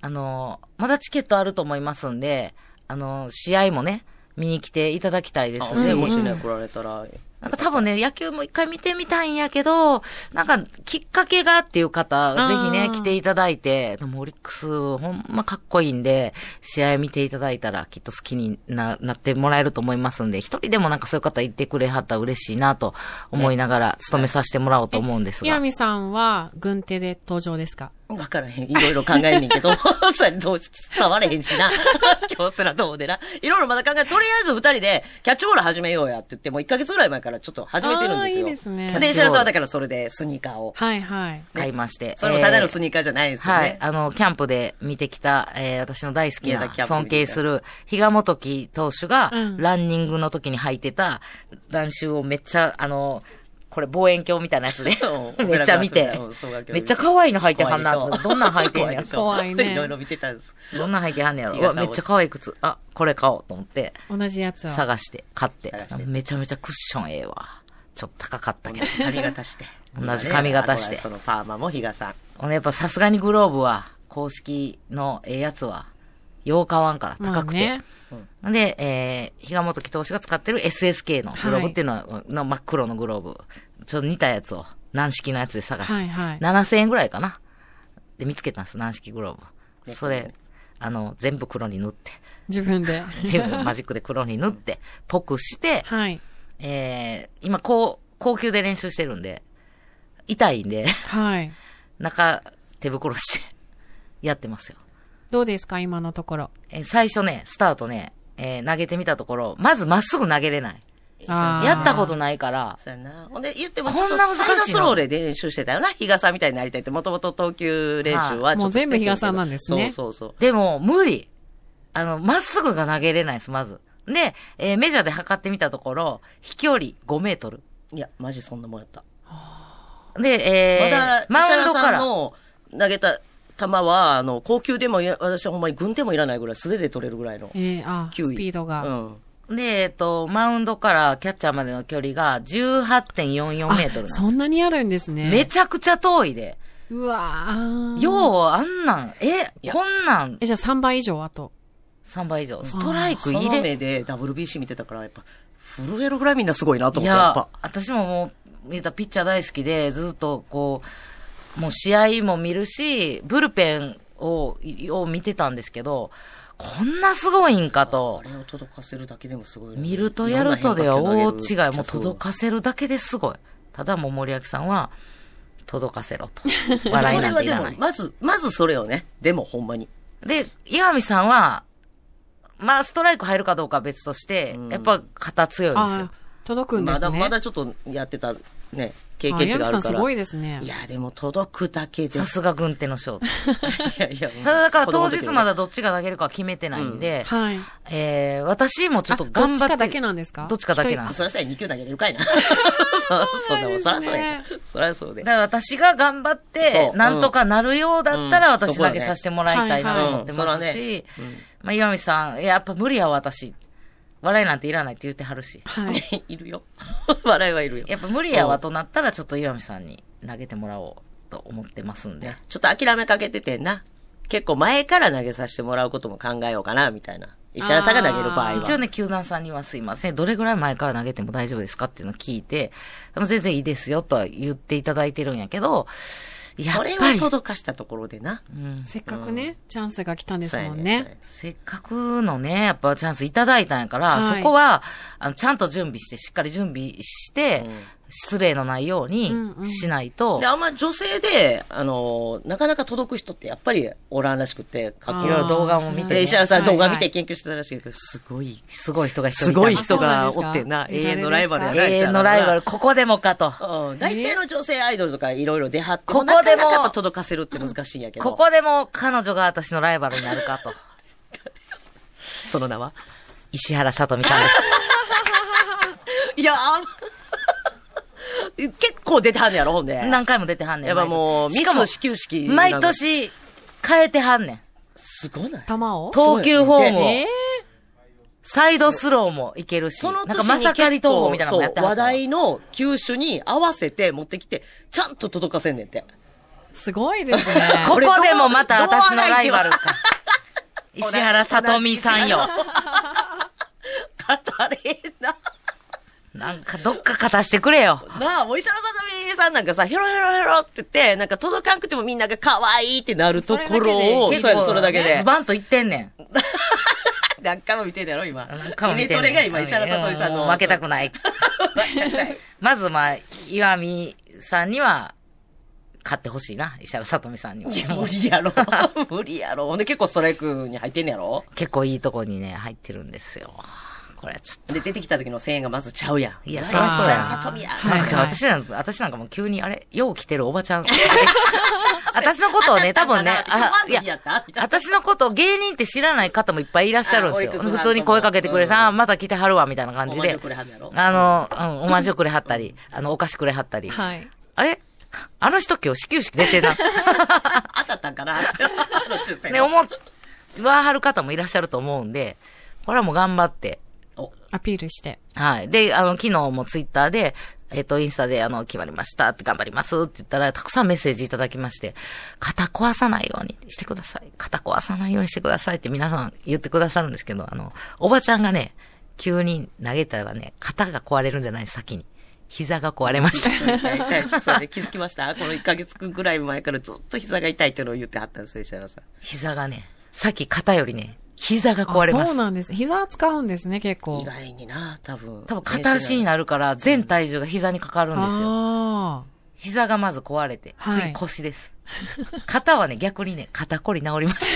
Speaker 1: あのーまだチケットあると思いますんで、あのー試合もね、見に来ていただきたいです
Speaker 3: あ
Speaker 1: し、
Speaker 3: ねもしね、来られたら。
Speaker 1: なんか多分ね、野球も一回見てみたいんやけど、なんか、きっかけがっていう
Speaker 4: あ
Speaker 1: 方、ぜ
Speaker 4: ー
Speaker 1: ひね、来ていただいて、でもオリックス、ほんまかっこいいんで、試合見ていただいたら、きっと好きにな、なってもらえると思いますんで、一人でもなんかそういう方言ってくれはったら嬉しいなと思いながら、勤めさせてもらおうと思うんです
Speaker 4: 岩
Speaker 1: が。
Speaker 4: 見さんは、軍手で登場ですか
Speaker 3: わからへん。いろいろ考えんねんけど、 それどうし、伝われへんしな。 今日すらどうでな。いろいろまだ考え、とりあえず二人でキャッチボール始めようやって言って、もう一ヶ月ぐらい前からちょっと始めてるんですよ。
Speaker 4: あーいいですね
Speaker 3: で、石原さんはだからそれでスニーカーを。
Speaker 4: はいはい。
Speaker 1: 買いまして。
Speaker 3: それもただ
Speaker 1: え
Speaker 3: の
Speaker 1: ー
Speaker 3: スニーカーじゃないですよ
Speaker 1: はい
Speaker 3: ね。。
Speaker 1: あの、キャンプで見てきた、えー私の大好き
Speaker 3: 宮崎キャ
Speaker 1: な、
Speaker 3: ンプで見
Speaker 1: 尊
Speaker 3: てきた
Speaker 1: 敬する、比嘉元樹投手が、
Speaker 4: うん
Speaker 1: ランニングの時に履いてた、乱臭をめっちゃ、あの、これ望遠鏡みたいなやつで
Speaker 3: そう、
Speaker 1: めっちゃ見て
Speaker 3: うん双眼鏡で見、て
Speaker 1: めっちゃ可愛いの履いてはんなと思って、どんなん 履いてんね
Speaker 3: ね
Speaker 1: や
Speaker 3: や
Speaker 1: ろ。
Speaker 4: 怖いね
Speaker 3: いろいろ見てたん です。
Speaker 1: どんなん履いてはんねやろ。
Speaker 3: 比
Speaker 1: う
Speaker 3: 嘉さ
Speaker 1: わ、
Speaker 3: ん
Speaker 1: めっちゃ可愛い靴。あ、これ買おうと思って、
Speaker 4: 同じやつを。
Speaker 1: 探して、買って
Speaker 3: 探して。
Speaker 1: めちゃめちゃクッションええわ。ちょっと高かったけど。
Speaker 3: 髪型して。
Speaker 1: 同じ髪型して
Speaker 3: そのパーマも比嘉さん。
Speaker 1: ほんでやっぱさすがにグローブは、公式のええやつは、よう買わんから
Speaker 4: まあ
Speaker 1: 高くて。
Speaker 4: ね。
Speaker 1: で、えー、比嘉元木投手が使ってる SSK のグローブっていうのは、の真っ黒のグローブ。ちょっと似たやつを、軟式のやつで探して。
Speaker 4: はいはい
Speaker 1: 7000円ぐらいかな。で、見つけたんです、軟式グローブ。それ、あの、全部黒に塗って、
Speaker 4: 自分で。
Speaker 1: 自分マジックで黒に塗って、ぽくして、
Speaker 4: はい。
Speaker 1: えー、今、高、高級で練習してるんで、痛いんで、
Speaker 4: はい。
Speaker 1: 中、手袋して、やってますよ。
Speaker 4: どうですか今のところ。
Speaker 1: えー最初ね、スタートね、えー投げてみたところ、まずまっすぐ投げれない。
Speaker 4: あー
Speaker 1: やったことないから、
Speaker 3: そうやな。ほんで、言っても、
Speaker 1: こんな難しいの
Speaker 3: サイドスローで練習してたよな。日傘みたいになりたいって、もともと投球練習はちょっとしててんけど、
Speaker 4: もう全部日傘なんですね
Speaker 3: そうそうそう。
Speaker 1: でも、無理。あの、まっすぐが投げれないです、まず。で、えーメジャーで測ってみたところ、飛距離5メートル。
Speaker 3: いや、マジそんなもんやった。
Speaker 1: で、えー
Speaker 3: まだ、石
Speaker 1: マウン
Speaker 3: 原
Speaker 1: ドか
Speaker 3: さん
Speaker 1: ら、
Speaker 3: の投げた球は、あの、高級でもいや、私はほんまに軍手もいらないぐらい素手で取れるぐらいの。
Speaker 4: えー、あー、
Speaker 3: 球威
Speaker 4: スピードが。
Speaker 3: うん。
Speaker 1: で、えっ、と、マウンドからキャッチャーまでの距離が18.44
Speaker 4: あ
Speaker 1: メートルなんです
Speaker 4: そんなにあるんですね。
Speaker 1: めちゃくちゃ遠いで。
Speaker 4: うわー
Speaker 1: よう、あんなん、え、
Speaker 3: いや
Speaker 1: こんなん
Speaker 4: え、じゃあ3倍以上あと。
Speaker 1: 3倍以上。ストライク
Speaker 3: そ
Speaker 1: 入
Speaker 3: の
Speaker 1: れ。
Speaker 3: 目で WBC 見てたから、やっぱ、震えるぐらいみんなすごいなと
Speaker 1: い
Speaker 3: 思った、やっぱ
Speaker 1: や。、私ももう、言うたらピッチャー大好きで、ずっとこう、もう試合も見るし、ブルペンを、を見てたんですけど、こんなすごいんかと
Speaker 3: あ。れを届かせるだけでもすごいのに
Speaker 1: 見るとやるとでは大違い。もう
Speaker 3: そう
Speaker 1: 届かせるだけですごい。ただもう森脇さんは、届かせろ と。笑いなんていら
Speaker 3: それは
Speaker 1: な
Speaker 3: で
Speaker 1: い
Speaker 3: も、。まず、まずそれよね。でも、ほんまに。
Speaker 1: で、岩見さんは、まあ、ストライク入るかどうかは別として、
Speaker 3: うん
Speaker 1: やっぱ肩強いんですよ
Speaker 4: あ。ー届くんです
Speaker 3: ま
Speaker 4: ね。
Speaker 3: だ、まだちょっとやってた、ね、経
Speaker 4: あ
Speaker 3: 験値が
Speaker 4: ヤミ
Speaker 3: あ
Speaker 4: さ
Speaker 3: る
Speaker 4: ん
Speaker 3: か
Speaker 4: す
Speaker 3: ら。
Speaker 4: ごいですね
Speaker 3: い。や、でも届くだけで。
Speaker 1: さすが軍手のショート。
Speaker 3: いやいやもう
Speaker 1: ただだから
Speaker 3: 子供
Speaker 1: 当
Speaker 3: の時
Speaker 1: 日まだどっちが投げるかは決めてないんで、
Speaker 4: はい。
Speaker 1: えー、私もちょっと
Speaker 4: あ
Speaker 1: 頑張って。
Speaker 4: どっちかだけなんですか
Speaker 1: どっちかだけなん
Speaker 3: あ
Speaker 1: です。
Speaker 3: そりゃそうや、2球投げれるか いな。そうそんなもん、そりゃそうや。そりゃそうで
Speaker 1: だ。から私が頑張って
Speaker 3: そ、う
Speaker 1: なんとかなるようだったら
Speaker 3: うん
Speaker 1: 私だけさせてもらいたいなと思って
Speaker 3: そこ
Speaker 1: ま
Speaker 3: はね
Speaker 1: す
Speaker 3: はい
Speaker 1: し、まあ、岩見さん、いややっぱ無理やわ私。笑いなんていらないって言ってはるし。
Speaker 4: はい。
Speaker 3: いるよ。 笑いはいるよ。
Speaker 1: やっぱ無理やわとなったらちょっと岩見さんに投げてもらおうと思ってますんで
Speaker 3: ね。ちょっと諦めかけててんな。結構前から投げさせてもらうことも考えようかな、みたいな。石原さんが投げる場合は。
Speaker 1: 一応ね、球団さんにはすいません、どれぐらい前から投げても大丈夫ですかっていうのを聞いて、でも全然いいですよとは言っていただいてるんやけど、やっ
Speaker 3: それ
Speaker 1: ぱ
Speaker 3: を
Speaker 1: り、
Speaker 3: 届かしたところでな。
Speaker 1: うん、
Speaker 4: せっかくね、チャンスが来たんですもん
Speaker 3: そうや
Speaker 4: ね。。
Speaker 1: せっかくのね、やっぱチャンスいただいたんやから、
Speaker 4: はい
Speaker 1: そこはあの、ちゃんと準備して、しっかり準備して、
Speaker 3: うん
Speaker 1: 失礼のないように
Speaker 4: うんうん
Speaker 1: しないと、
Speaker 3: で、あんま女性で、あの、なかなか届く人ってやっぱりおらんらしくて、かっこ
Speaker 1: いろいろ動画も
Speaker 3: い
Speaker 1: 見
Speaker 3: い
Speaker 1: て
Speaker 3: で石原さん動画見て
Speaker 4: き
Speaker 3: 研究してたらしいけど、すごい、
Speaker 1: すごい人が一人
Speaker 3: すごい
Speaker 1: た
Speaker 3: 人がおって
Speaker 4: あ
Speaker 3: な、
Speaker 4: そうな
Speaker 3: 永
Speaker 4: んですか
Speaker 3: 遠のライバルやな
Speaker 1: 永遠のライバル、。ここでもかと。
Speaker 3: 石原はなうん。大体の女性アイドルとかいろいろ出張って
Speaker 1: ここ
Speaker 3: も、
Speaker 1: で
Speaker 3: なかな
Speaker 1: も
Speaker 3: かやっぱ届かせるって難しいんやけど。
Speaker 1: ここでも彼女が私のライバルになるかと。
Speaker 3: その名は。
Speaker 1: 石原さとみさんです。
Speaker 3: いや、あん結構出ては んねやろ、ほんで。
Speaker 1: 何回も出てはんねん。
Speaker 3: やっぱもう、
Speaker 1: 毎
Speaker 3: ミ
Speaker 1: 年
Speaker 3: ス
Speaker 1: し
Speaker 3: 始
Speaker 1: か
Speaker 3: 球式。
Speaker 1: も、毎。年変えてはんねん。
Speaker 3: すごない
Speaker 4: 球を
Speaker 1: 投球フォーム
Speaker 3: そう
Speaker 1: を
Speaker 3: や
Speaker 4: え、
Speaker 1: サイドスローもいけるし、
Speaker 3: その
Speaker 1: な
Speaker 3: 年
Speaker 1: んか
Speaker 3: に
Speaker 1: まさかり
Speaker 3: 結構
Speaker 1: 投法みたいなのもやって
Speaker 3: そう
Speaker 1: は
Speaker 3: 話
Speaker 1: ったわ。
Speaker 3: 題の球種に合わせて持ってきて、ちゃんと届かせんねんて。
Speaker 4: ーすごいですね。
Speaker 1: こ
Speaker 3: 俺
Speaker 1: こでもまた
Speaker 3: どう
Speaker 1: 私のライバルか。
Speaker 3: どう
Speaker 1: 石原さとみさんよ。
Speaker 3: 語れんな。
Speaker 1: なんかどっか勝たしてくれよ。
Speaker 3: なあ、もう石原さとみさんなんかさ、ヘロヘロヘロって言って、なんか届かんくてもみんなが可愛いってなるところを、
Speaker 1: 結
Speaker 3: そうや
Speaker 1: 構
Speaker 3: それだけで
Speaker 1: ズ。バンと言ってんねん。
Speaker 3: 何回も見てんだろ、今。
Speaker 1: なんかも
Speaker 3: イメ
Speaker 1: 見て
Speaker 3: ト
Speaker 1: んね
Speaker 3: レ
Speaker 1: ん。
Speaker 3: が今、石原さとみさん
Speaker 1: う
Speaker 3: の。
Speaker 1: もう負けたくない。
Speaker 3: ない。
Speaker 1: まずまあ、岩見さんには、勝ってほしいな。石原さとみさ んにも。
Speaker 3: 無理やろ。無理やろ。ほんで結構ストライクに入ってんねやろ。
Speaker 1: 結構いいとこにね、入ってるんですよ。これはちょっ
Speaker 3: で、出てきた時の声援がまずちゃうやん。
Speaker 1: いや
Speaker 3: な
Speaker 1: そらそうや
Speaker 3: 石原さとみや。
Speaker 1: と、
Speaker 4: はい
Speaker 1: なんか私なんか、私なんかもう急に、あれ、よう来てるおばちゃん。私のことをね、多分ね、あ、い
Speaker 3: いや
Speaker 1: や、、私のことを芸人って知らない方もいっぱいいらっしゃるんですよ。
Speaker 3: あオリックスファン
Speaker 1: 普通に声かけてくれ
Speaker 3: うん
Speaker 1: さ、あ、また来てはるわ、みたいな感じ
Speaker 3: お前
Speaker 1: で
Speaker 3: の。これはんだろ
Speaker 1: あの、うん、おまんじゅうくれはったり、あの、お菓子くれはったり。
Speaker 4: はい。
Speaker 1: あれあの人今日始球式出てな。
Speaker 3: 当たったんかな って。あの抽選
Speaker 1: ね、思う、わはる方もいらっしゃると思うんで、これはもう頑張って。
Speaker 3: お
Speaker 4: アピールして。
Speaker 1: はい。で、あの、昨日もツイッターで、えっ、と、インスタで、あの、決まりましたって頑張りますって言ったら、たくさんメッセージいただきまして、肩壊さないようにしてください。肩壊さないようにしてくださいって皆さん言ってくださるんですけど、あの、おばちゃんがね、急に投げたらね、肩が壊れるんじゃない先に。膝が壊れま した。
Speaker 3: 痛い痛いそうね気づきましたこの1ヶ月ぐらい前からずっと膝が痛いっていうのを言ってはったんですよ、石原さん。
Speaker 1: 膝がね、さっき肩よりね、膝が
Speaker 4: あ
Speaker 1: 壊れます
Speaker 4: そう。なんです。膝使うんですね、結構。
Speaker 3: 意外にな、多分。
Speaker 1: 多分片足に
Speaker 3: な
Speaker 1: なるから、全体重が膝にかかるんですよ。
Speaker 4: ああ。
Speaker 1: 膝がまず壊れて、
Speaker 4: はい
Speaker 1: 次腰です。肩はね、逆にね、肩こり治りま し。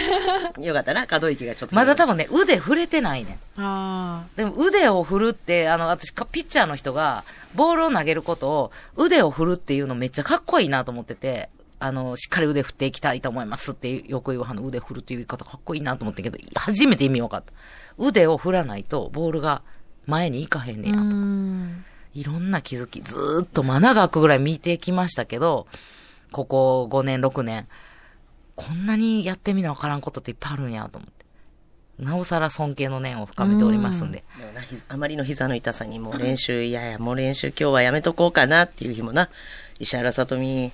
Speaker 3: よかったな、可動域がちょったと。
Speaker 1: まだ多分ね、腕触れてないねん。
Speaker 4: あ
Speaker 1: でも腕を振るって、あの、私、かピッチャーの人が、ボールを投げることを、腕を振るっていうのめっちゃかっこいいなと思ってて、あの、しっかり腕振っていきたいと思いますってよく言う、あの、腕振るっていう言い方かっこいいなと思ったけど、初めて意味分かった。腕を振らないと、ボールが前に行かへんね
Speaker 4: ー
Speaker 1: や。
Speaker 4: うん
Speaker 1: いろんな気づき、ずーっと穴が開くぐらい見てきましたけど、ここ5年、6年、こんなにやってみなわからんことっていっぱいあるんやと思って。なおさら尊敬の念を深めておりますんで。
Speaker 3: でもなひあまりの膝の痛さにもう練習、いやいや、もう練習今日はやめとこうかなっていう日もな、石原さとみ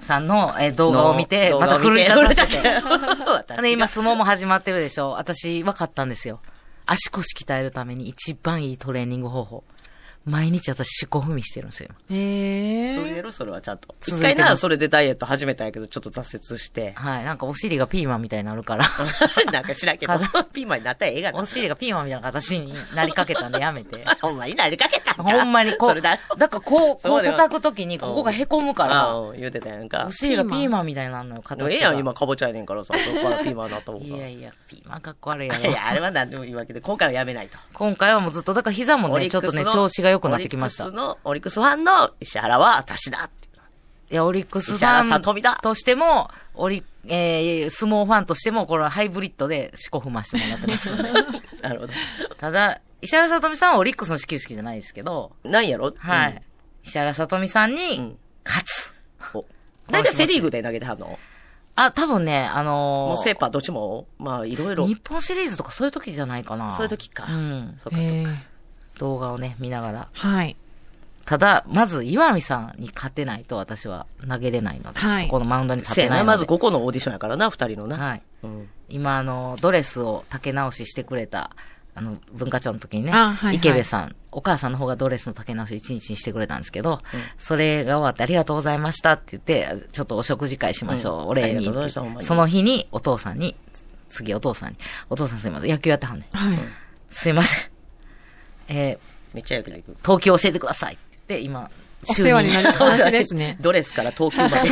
Speaker 1: さんの、えー動
Speaker 3: の
Speaker 1: 画を見て、
Speaker 3: 動
Speaker 1: ま
Speaker 3: 画
Speaker 1: た
Speaker 3: を見
Speaker 1: 古い
Speaker 3: て
Speaker 1: た
Speaker 3: 古
Speaker 1: だ
Speaker 3: いだ
Speaker 1: け
Speaker 3: け。
Speaker 1: て。
Speaker 3: 私が
Speaker 1: で、今相撲も始まってるでしょ。私、分かったんですよ。足腰鍛えるために一番いいトレーニング方法。毎日私、四股踏みしてるんですよ。
Speaker 4: え
Speaker 3: 続い
Speaker 4: え
Speaker 3: てるそれはちゃんと。
Speaker 1: 続
Speaker 3: 一
Speaker 1: いてます
Speaker 3: 回な、それでダイエット始めたんやけど、ちょっと挫折 して。
Speaker 1: はい。なんかお尻がピーマンみたいにな るから。
Speaker 3: なんか知らんけど、ピーマンになったらええがな
Speaker 1: お。尻がピーマンみたいな形になりかけたんでやめて。
Speaker 3: ほんまになりかけたんか
Speaker 1: ほんまにこ、
Speaker 3: そうれ
Speaker 1: だ
Speaker 3: だ。
Speaker 1: からこう、
Speaker 3: そ
Speaker 1: こ
Speaker 3: こ
Speaker 1: う
Speaker 3: では
Speaker 1: 叩くときに、ここが凹む
Speaker 3: あ
Speaker 1: か
Speaker 3: あ、言うてたやん
Speaker 1: ら、
Speaker 3: か
Speaker 1: お。尻がピーマンみたいになるの
Speaker 3: でも
Speaker 1: よ、形が。
Speaker 3: ええやん、今、かぼちゃやねんからさ、そこからピーマンになったもん
Speaker 1: い
Speaker 3: か
Speaker 1: や
Speaker 3: ら。い
Speaker 1: いや、ピーマンかっこ悪いやろ。
Speaker 3: や、あれは何でもいいわけで、今回はやめないと。
Speaker 1: 今回はもうずっと、だから膝も
Speaker 3: オリ
Speaker 1: ね、
Speaker 3: ッ
Speaker 1: ちょっ
Speaker 3: ク
Speaker 1: と
Speaker 3: ス
Speaker 1: ね、
Speaker 3: の
Speaker 1: 調子が良くなってきました
Speaker 3: オリッ。クスの、オリックスファンの石原は私だっていう。
Speaker 1: いや、オリックスフ
Speaker 3: 石原さとみ
Speaker 1: ァ
Speaker 3: だ
Speaker 1: ンとしても、オリ、えー、相撲ファンとしても、これはハイブリッドで四股踏ましてもらって ますんで。
Speaker 3: なるほど。
Speaker 1: ただ、石原さとみさんはオリックスの始球式じゃないですけど、
Speaker 3: なんやろ
Speaker 1: はい。。石原さとみさん
Speaker 3: う
Speaker 1: に
Speaker 3: ん、
Speaker 1: 勝つ。
Speaker 3: うんお大体セリーグで投げてはんの
Speaker 1: あ、多分ね、あのー
Speaker 3: もうセーパーどっちも、まあ、いろいろ
Speaker 1: 日。本シリーズとかそういう時じゃないかな。
Speaker 3: そういう時か
Speaker 1: うん。
Speaker 3: そっ
Speaker 4: え
Speaker 3: かそっか。
Speaker 4: え
Speaker 1: 動画をね、見ながら。
Speaker 4: はい。
Speaker 1: ただ、まず、岩見さんに勝てないと私は投げれないので、
Speaker 4: はい
Speaker 1: そこのマウンドに立
Speaker 3: せ
Speaker 1: て
Speaker 3: や
Speaker 1: ないの
Speaker 3: な、
Speaker 1: で。
Speaker 3: まずここのオーディションやからな、二人のな。
Speaker 1: はい。
Speaker 3: うん。
Speaker 1: 今、あの、ドレスを丈直ししてくれた、あの、文化庁の時にね、
Speaker 4: あはいはい
Speaker 1: 池部さん、お母さんの方がドレスの丈直し1日にしてくれたんですけど、それが終わってありがとうございましたって言って、ちょっとお食事会しましょう、
Speaker 3: うん
Speaker 1: お礼
Speaker 3: あ
Speaker 1: に
Speaker 3: りがとうございましたほんまに
Speaker 1: その日にお父さんに、次お父さんに、お父さんすいません、野球やってはんねん。
Speaker 4: はい。
Speaker 1: すいません。え
Speaker 3: めっちゃよく行く。。
Speaker 1: ー、東京教えてくださいって言って、今、
Speaker 4: お世話になりっぱなし
Speaker 1: 週に
Speaker 4: ですね
Speaker 3: ドレスから東京ま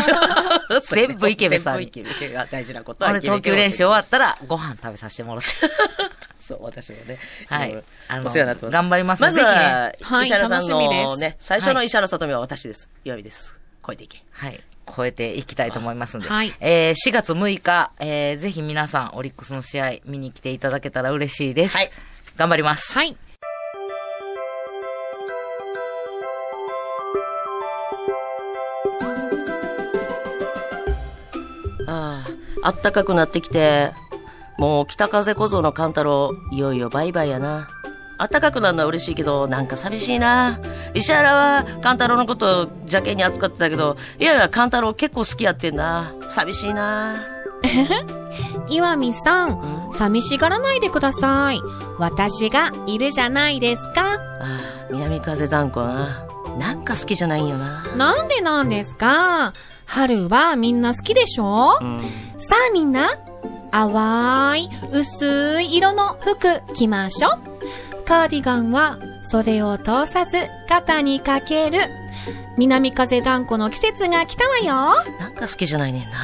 Speaker 3: で。
Speaker 1: 全部イケメンさんに
Speaker 3: 全部イケメンが大事な こと
Speaker 1: ほ
Speaker 3: は
Speaker 1: んで
Speaker 3: イケメン
Speaker 1: 東京練習終わったら、ご飯食べさせてもらって。
Speaker 3: そう、私もね。
Speaker 1: はい
Speaker 3: うん
Speaker 1: あ
Speaker 3: お
Speaker 1: の
Speaker 3: 世話になってます。
Speaker 1: 頑張ります
Speaker 3: まずは、
Speaker 4: ぜひねはい
Speaker 3: 石原さんの
Speaker 4: 楽しみで
Speaker 3: ね、最初の石原さとみは私です。岩見です。超えていけ。
Speaker 1: はい。超えていきたいと思いますんで。
Speaker 4: はい
Speaker 1: えー4月6日、えーぜひ皆さん、オリックスの試合見に来ていただけたら嬉しいです。
Speaker 3: はい
Speaker 1: 頑張ります。
Speaker 4: はい。
Speaker 3: ああ、あったかくなってきて、もう北風小僧の勘太郎、いよいよバイバイやな。あったかくなるのは嬉しいけど、なんか寂しいな。石原は勘太郎のことを邪険に扱ってたけど、いやいや勘太郎結構好きやってんな。寂しいな。
Speaker 4: 岩見さん、寂しがらないでください。私がいるじゃないですか。
Speaker 3: ああ、南風団子な。なんか好きじゃないんよな。
Speaker 4: なんでなんですか春はみんな好きでしょ
Speaker 3: うん。
Speaker 4: さあみんな、淡い薄い色の服着ましょう。カーディガンは袖を通さず肩にかける。南風団子の季節が来たわよ。
Speaker 3: なんか好きじゃないねんな。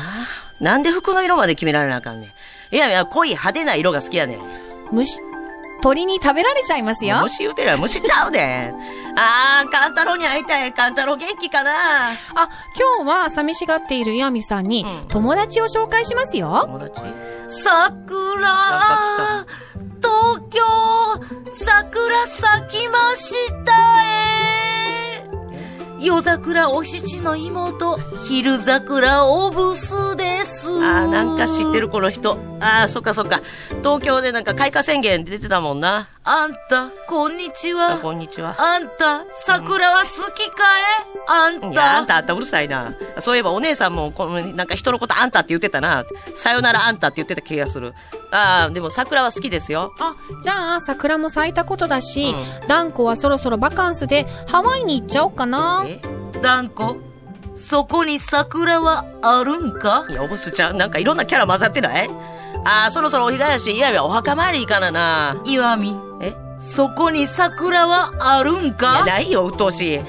Speaker 3: なんで服の色まで決められなあかんねん。いやいや、濃い派手な色が好きやねん。
Speaker 4: 虫、鳥に食べられちゃいますよ。
Speaker 3: 虫言うてるやん虫ちゃうねん。あー、カンタロウに会いたい。カンタロウ元気かな
Speaker 4: あ、今日は寂しがっているヤミさんに
Speaker 3: うん
Speaker 4: 友達を紹介しますよ。
Speaker 3: 友達
Speaker 1: 桜東京桜咲きましたえ夜桜お七の妹、昼桜おぶすです。
Speaker 3: あー、なんか知ってるこの人。あー、そっかそっか。東京でなんか開花宣言出てたもんな。
Speaker 1: あんた、こんにち
Speaker 3: あ、
Speaker 1: は。
Speaker 3: こんにちは。
Speaker 1: あんた、桜は好きかえあん
Speaker 3: いや、あ
Speaker 1: た
Speaker 3: ん。たあんたうるさいな。そういえばお姉さんも、この、なんか人のことあんたって言ってたな。さよならあんたって言ってた気がする。あー、でも桜は好きですよ。
Speaker 4: あ、じゃあ桜も咲いたことだし、
Speaker 3: う
Speaker 4: ダンコはそろそろバカンスでハワイに行っちゃおうかな。
Speaker 3: え
Speaker 1: 断固。そこに桜はあるんか
Speaker 3: いや、おぼすちゃん、なんかいろんなキャラ混ざってないあー、そろそろお日がやし、いやいや、お墓参り行かなな。
Speaker 1: 岩見。
Speaker 3: え
Speaker 1: そこに桜はあるん
Speaker 3: いや、
Speaker 1: か
Speaker 3: ないよ、鬱陶しい。あ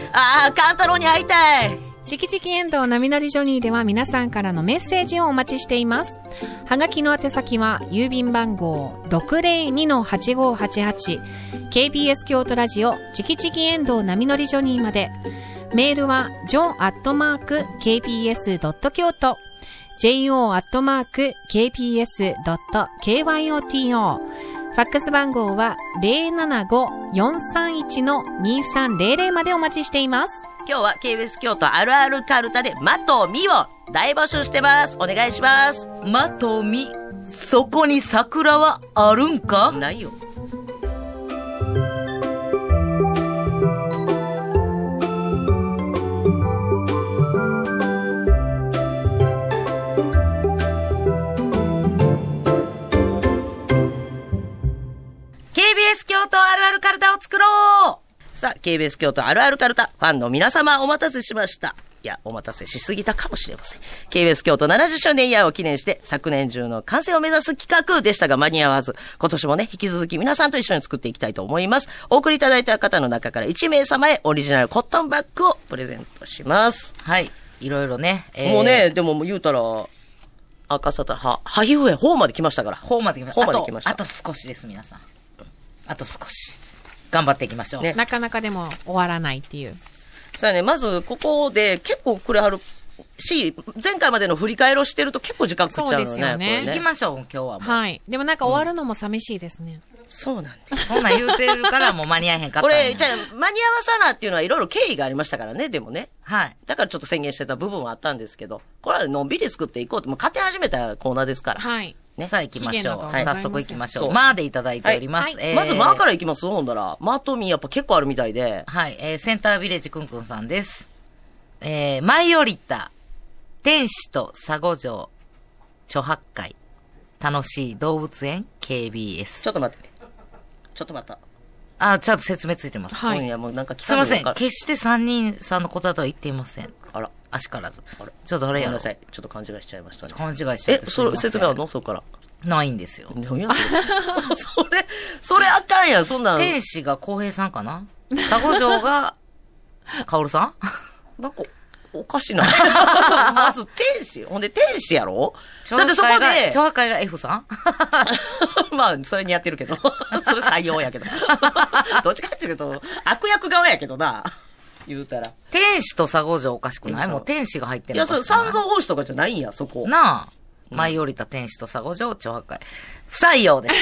Speaker 3: ー、カンタロウに会いたい。
Speaker 4: チキチキエンドウ波乗りジョニーでは皆さんからのメッセージをお待ちしています。はがきの宛先は郵便番号 602-8588KBS 京都ラジオチキチキエンドウ波乗りジョニーまで。メールは john.kbs.kyoto jo.kbs.kyoto ファックス番号は075-431-2300までお待ちしています。
Speaker 3: 今日は KBS 京都あるあるカルタで、まとみを大募集してます。お願いします。
Speaker 1: まとみ、そこに桜はあるんか
Speaker 3: ないよ。
Speaker 1: ?KBS 京都あるあるカルタを作ろう
Speaker 3: さあ、KBS 京都あるあるカルタ、ファンの皆様お待たせしました。いや、お待たせしすぎたかもしれません。KBS 京都70周年イヤーを記念して、昨年中の完成を目指す企画でしたが間に合わず、今年もね、引き続き皆さんと一緒に作っていきたいと思います。お送りいただいた方の中から1名様へオリジナルコットンバッグをプレゼントします。
Speaker 1: はい。いろいろね。えー
Speaker 3: もう。ね、でももう言うたら、赤さたは、萩上、方まで来ましたから。
Speaker 1: 方まで来ました。
Speaker 3: 方まで来ました
Speaker 1: あと、あと少しです、皆さん。あと少し。頑張っていきましょう。
Speaker 3: ね
Speaker 4: なかなかでも終わらないっていう。
Speaker 3: さあね、まずここで結構くれはるし、前回までの振り返りをしてると結構時間食っちゃうのね。
Speaker 4: そうですよね
Speaker 3: こ
Speaker 1: 行
Speaker 3: れ
Speaker 1: きましょう、今日はもう。
Speaker 4: はい。でもなんか終わるのも寂しいですね。
Speaker 3: そうなんだ。
Speaker 1: そんなん言うてるからもう間に合えへんか った
Speaker 3: こ
Speaker 1: んや。
Speaker 3: れ、じゃあ、間に合わさなっていうのはいろいろ経緯がありましたからね、でもね。
Speaker 1: はい。
Speaker 3: だからちょっと宣言してた部分はあったんですけど、これはのんびり作っていこうと、もう勝手に始めたコーナーですから。
Speaker 4: はい。
Speaker 3: ね
Speaker 1: さあ行きましょう。
Speaker 4: 期限などはございま
Speaker 1: 早
Speaker 4: せん
Speaker 1: 速行きましょ
Speaker 3: そう
Speaker 1: う。まーでいただいております。
Speaker 4: はい
Speaker 1: えー
Speaker 3: まず、まあからいきますほんだら。マトミンやっぱ結構あるみたいで。
Speaker 1: はい、えー、センタービレッジくんくんさんです。えー、舞い降りた、天使と佐護城、諸八海、楽しい動物園、
Speaker 3: ち
Speaker 1: KBS
Speaker 3: ょ。っと待って。ちょっと待った。
Speaker 1: あ、ちゃんと説明ついてます。
Speaker 4: はい
Speaker 3: いや、もうなんか聞
Speaker 1: すい
Speaker 3: か
Speaker 1: ま
Speaker 3: ず
Speaker 1: せ
Speaker 3: に
Speaker 1: ん
Speaker 3: わ。かる
Speaker 1: 決して三人さんのことだとは言っていません。
Speaker 3: あら、
Speaker 1: あしからず
Speaker 3: あれ。
Speaker 1: ちょっとあ
Speaker 3: ご
Speaker 1: れ
Speaker 3: め
Speaker 1: や
Speaker 3: ん
Speaker 1: ろ
Speaker 3: な。さい。ちょっと勘違いしちゃいましたね。
Speaker 1: 勘違いしちゃ
Speaker 3: え
Speaker 1: っ、てすい
Speaker 3: そ
Speaker 1: ません
Speaker 3: れ、説明あるのそっから。
Speaker 1: ないんですよ。
Speaker 3: 何やそれ それ、それあかんやん、そんなん。
Speaker 1: 天使が浩平さんかな佐護城が、カオルさん
Speaker 3: なんか、おかしいな。 まず天使。ほんで天使やろ
Speaker 1: 諸
Speaker 3: だって
Speaker 1: 八
Speaker 3: そこ
Speaker 1: 海が、諸
Speaker 3: で、
Speaker 1: 八海が F さん
Speaker 3: まあ、それにやってるけど。 それ採用やけど。 どっちかっていうと、悪役側やけどな。言うたら。い
Speaker 1: 天使と佐護城おかしくな
Speaker 3: F
Speaker 1: い
Speaker 3: さん
Speaker 1: もう天使が入ってる
Speaker 3: や、
Speaker 1: の
Speaker 3: そ
Speaker 1: か
Speaker 3: れ、
Speaker 1: しくない
Speaker 3: 三蔵法師とかじゃないんや、そこ。
Speaker 1: なあ。舞い降りた天使と佐護城、超破壊。不採用です。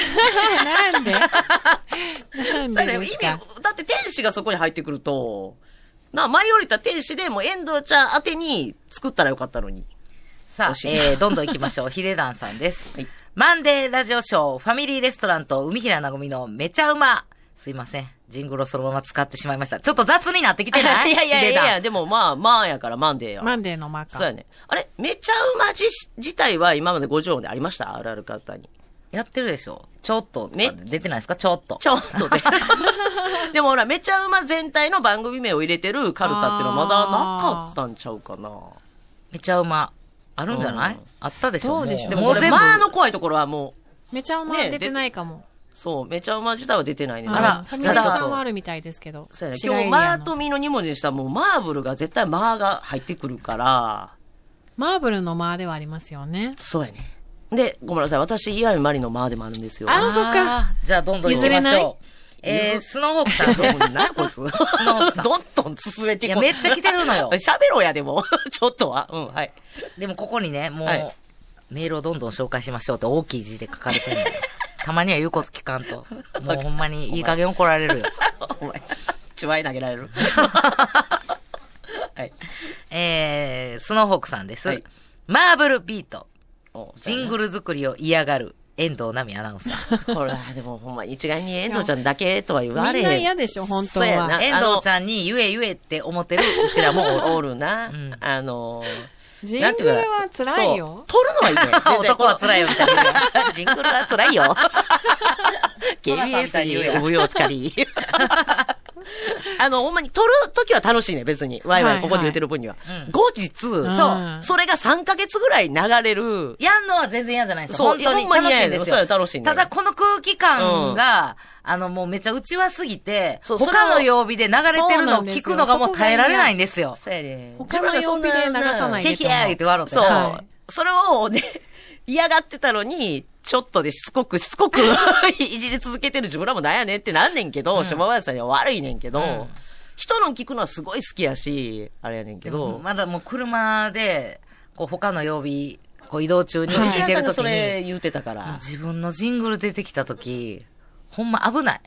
Speaker 4: なんでなん
Speaker 3: そ
Speaker 4: で
Speaker 3: れ意
Speaker 4: で
Speaker 3: 味
Speaker 4: すか、
Speaker 3: だって天使がそこに入ってくると、なあ、舞い降りた天使でもう遠藤ちゃん宛てに作ったらよかったのに。
Speaker 1: さあ
Speaker 3: 惜、しい
Speaker 1: えー、どんどん行きましょう。ヒデダンさんです。
Speaker 3: はい
Speaker 1: マンデーラジオショー、ファミリーレストランと海平なごみのめちゃうま。すいません。ジングルをそのまま使ってしまいました。ちょっと雑になってきてな い
Speaker 3: いやいやいやい
Speaker 1: ヒデ
Speaker 3: や、
Speaker 1: ダン
Speaker 3: でもまあ、まあやからマンデーや。
Speaker 4: マンデーのマーカ
Speaker 3: そうや
Speaker 4: ー。
Speaker 3: ね。あれ、めちゃうまじ自体は今まで50音でありましたあるある方に。
Speaker 1: やってるでしょちょっととか
Speaker 3: め
Speaker 1: 出てないですかちょっと。
Speaker 3: ちょっとで。 でもほら、めちゃうま全体の番組名を入れてるカルタっていうのはまだなかったんちゃうかな。
Speaker 1: めちゃうま。あるんじゃない、
Speaker 3: うん
Speaker 1: あったでしょ
Speaker 4: そうでし
Speaker 1: も
Speaker 4: ょ
Speaker 3: で
Speaker 1: う
Speaker 3: もこ
Speaker 1: もう
Speaker 3: れ、
Speaker 1: 全部。
Speaker 3: まあの怖いところはも
Speaker 4: めちゃうま
Speaker 3: ね
Speaker 4: 出てないかも。
Speaker 3: う、そう、めちゃうま自体は出てないね。
Speaker 1: あら
Speaker 4: ファミ
Speaker 1: じゃ
Speaker 4: リ
Speaker 1: あ
Speaker 4: ー
Speaker 1: ちょっと
Speaker 4: さんはあるみたいですけど。
Speaker 3: そうやね。
Speaker 4: 違
Speaker 3: 今
Speaker 4: うエ
Speaker 3: 日、
Speaker 4: リ
Speaker 3: マ
Speaker 4: ア
Speaker 3: ー
Speaker 4: の
Speaker 3: とミの2文字にしたらもうマーブルが絶対マーが入ってくるから、
Speaker 4: マーブルのマーではありますよね。
Speaker 3: そうやね。で、ごめんなさい。私、岩見マリのマーでもあるんですよ。
Speaker 4: あそっか
Speaker 1: あーじゃあどんどん行きまし
Speaker 4: 譲れない
Speaker 1: ょう。えー、スノー ホークさんです。
Speaker 3: 何こいつ。ど
Speaker 1: 直さん
Speaker 3: んどん進めてこう
Speaker 1: いやめっちゃ来てるのよ
Speaker 3: 喋ろうや、でも。ちょっとは。うん、はい。
Speaker 1: でもここにね、もう、
Speaker 3: はい
Speaker 1: メールをどんどん紹介しましょうって大きい字で書かれてるの。 たまには言うこと聞かんと。もうほんまにいい加減怒られるよ。
Speaker 3: お前、ちわい投げられる。 はい。
Speaker 1: えー、スノーホークさんです。
Speaker 3: はい
Speaker 1: マーブルビート、
Speaker 3: お
Speaker 1: ジン
Speaker 3: ル。
Speaker 1: グル作りを嫌がる、遠藤奈美アナウンサー。
Speaker 3: ほら、でもほんま、一概に遠藤ちゃんだけとは言われへん。
Speaker 4: みんな嫌でしょ本当は
Speaker 3: そうや な
Speaker 1: 遠藤ちゃんにゆえゆえって思ってるうちらも
Speaker 3: あの
Speaker 1: お
Speaker 3: お
Speaker 1: る。
Speaker 3: るな。
Speaker 1: ん。
Speaker 3: あの
Speaker 4: ジン
Speaker 3: なんて
Speaker 4: グ
Speaker 3: いう
Speaker 4: ル
Speaker 3: か
Speaker 4: は辛いよ。
Speaker 3: そう取るのはいいね
Speaker 1: 男は辛いよみたいな。
Speaker 3: い。ジングルは辛いよ。
Speaker 1: 寅さんみた
Speaker 3: KBS
Speaker 1: いに
Speaker 3: に
Speaker 1: 言うやん
Speaker 3: おぶよつかり。あの、ほんまに撮るときは楽しいね、別に。ワイワイここで言ってる分には。
Speaker 1: はいはい
Speaker 3: 後日、
Speaker 4: ん
Speaker 3: それが3ヶ月ぐらい流れる。
Speaker 1: やんのは全然嫌じゃないですよ。
Speaker 3: そう
Speaker 1: 本当
Speaker 3: い
Speaker 1: に
Speaker 3: やほんま
Speaker 1: 楽
Speaker 3: に
Speaker 1: し
Speaker 3: 嫌
Speaker 1: い
Speaker 3: や
Speaker 1: ん
Speaker 3: ね
Speaker 1: です
Speaker 3: そう
Speaker 1: よ。
Speaker 3: や楽しいんだ
Speaker 1: た
Speaker 3: よ
Speaker 1: だ、この空気感が、あの、もうめっちゃうちわすぎて、
Speaker 3: そうそれ
Speaker 1: 他
Speaker 3: は
Speaker 1: の曜日で流れてるのを聞くのがもう耐えられないんですよ。
Speaker 3: そうやね
Speaker 4: 他の曜日で流さない
Speaker 1: へひゃーって笑うて。
Speaker 3: そう、
Speaker 4: は
Speaker 3: それをね、嫌がってたのに、ちょっとでしつこくしつこく いじり続けてる自分らもなんやねんってなんねんけど、島林さんには悪いねんけど、
Speaker 1: うん
Speaker 3: 人の聞くのはすごい好きやし、あれやねんけ
Speaker 1: でも
Speaker 3: ど。
Speaker 1: まだもう車で、こう他の曜日、こう移動中に
Speaker 3: 西
Speaker 1: 聞
Speaker 3: 原さ
Speaker 1: いてる
Speaker 3: んが
Speaker 1: 時
Speaker 3: それ
Speaker 1: に、
Speaker 3: 言うてたから。
Speaker 1: 自分のジングル出てきた時、ほんま危 ない。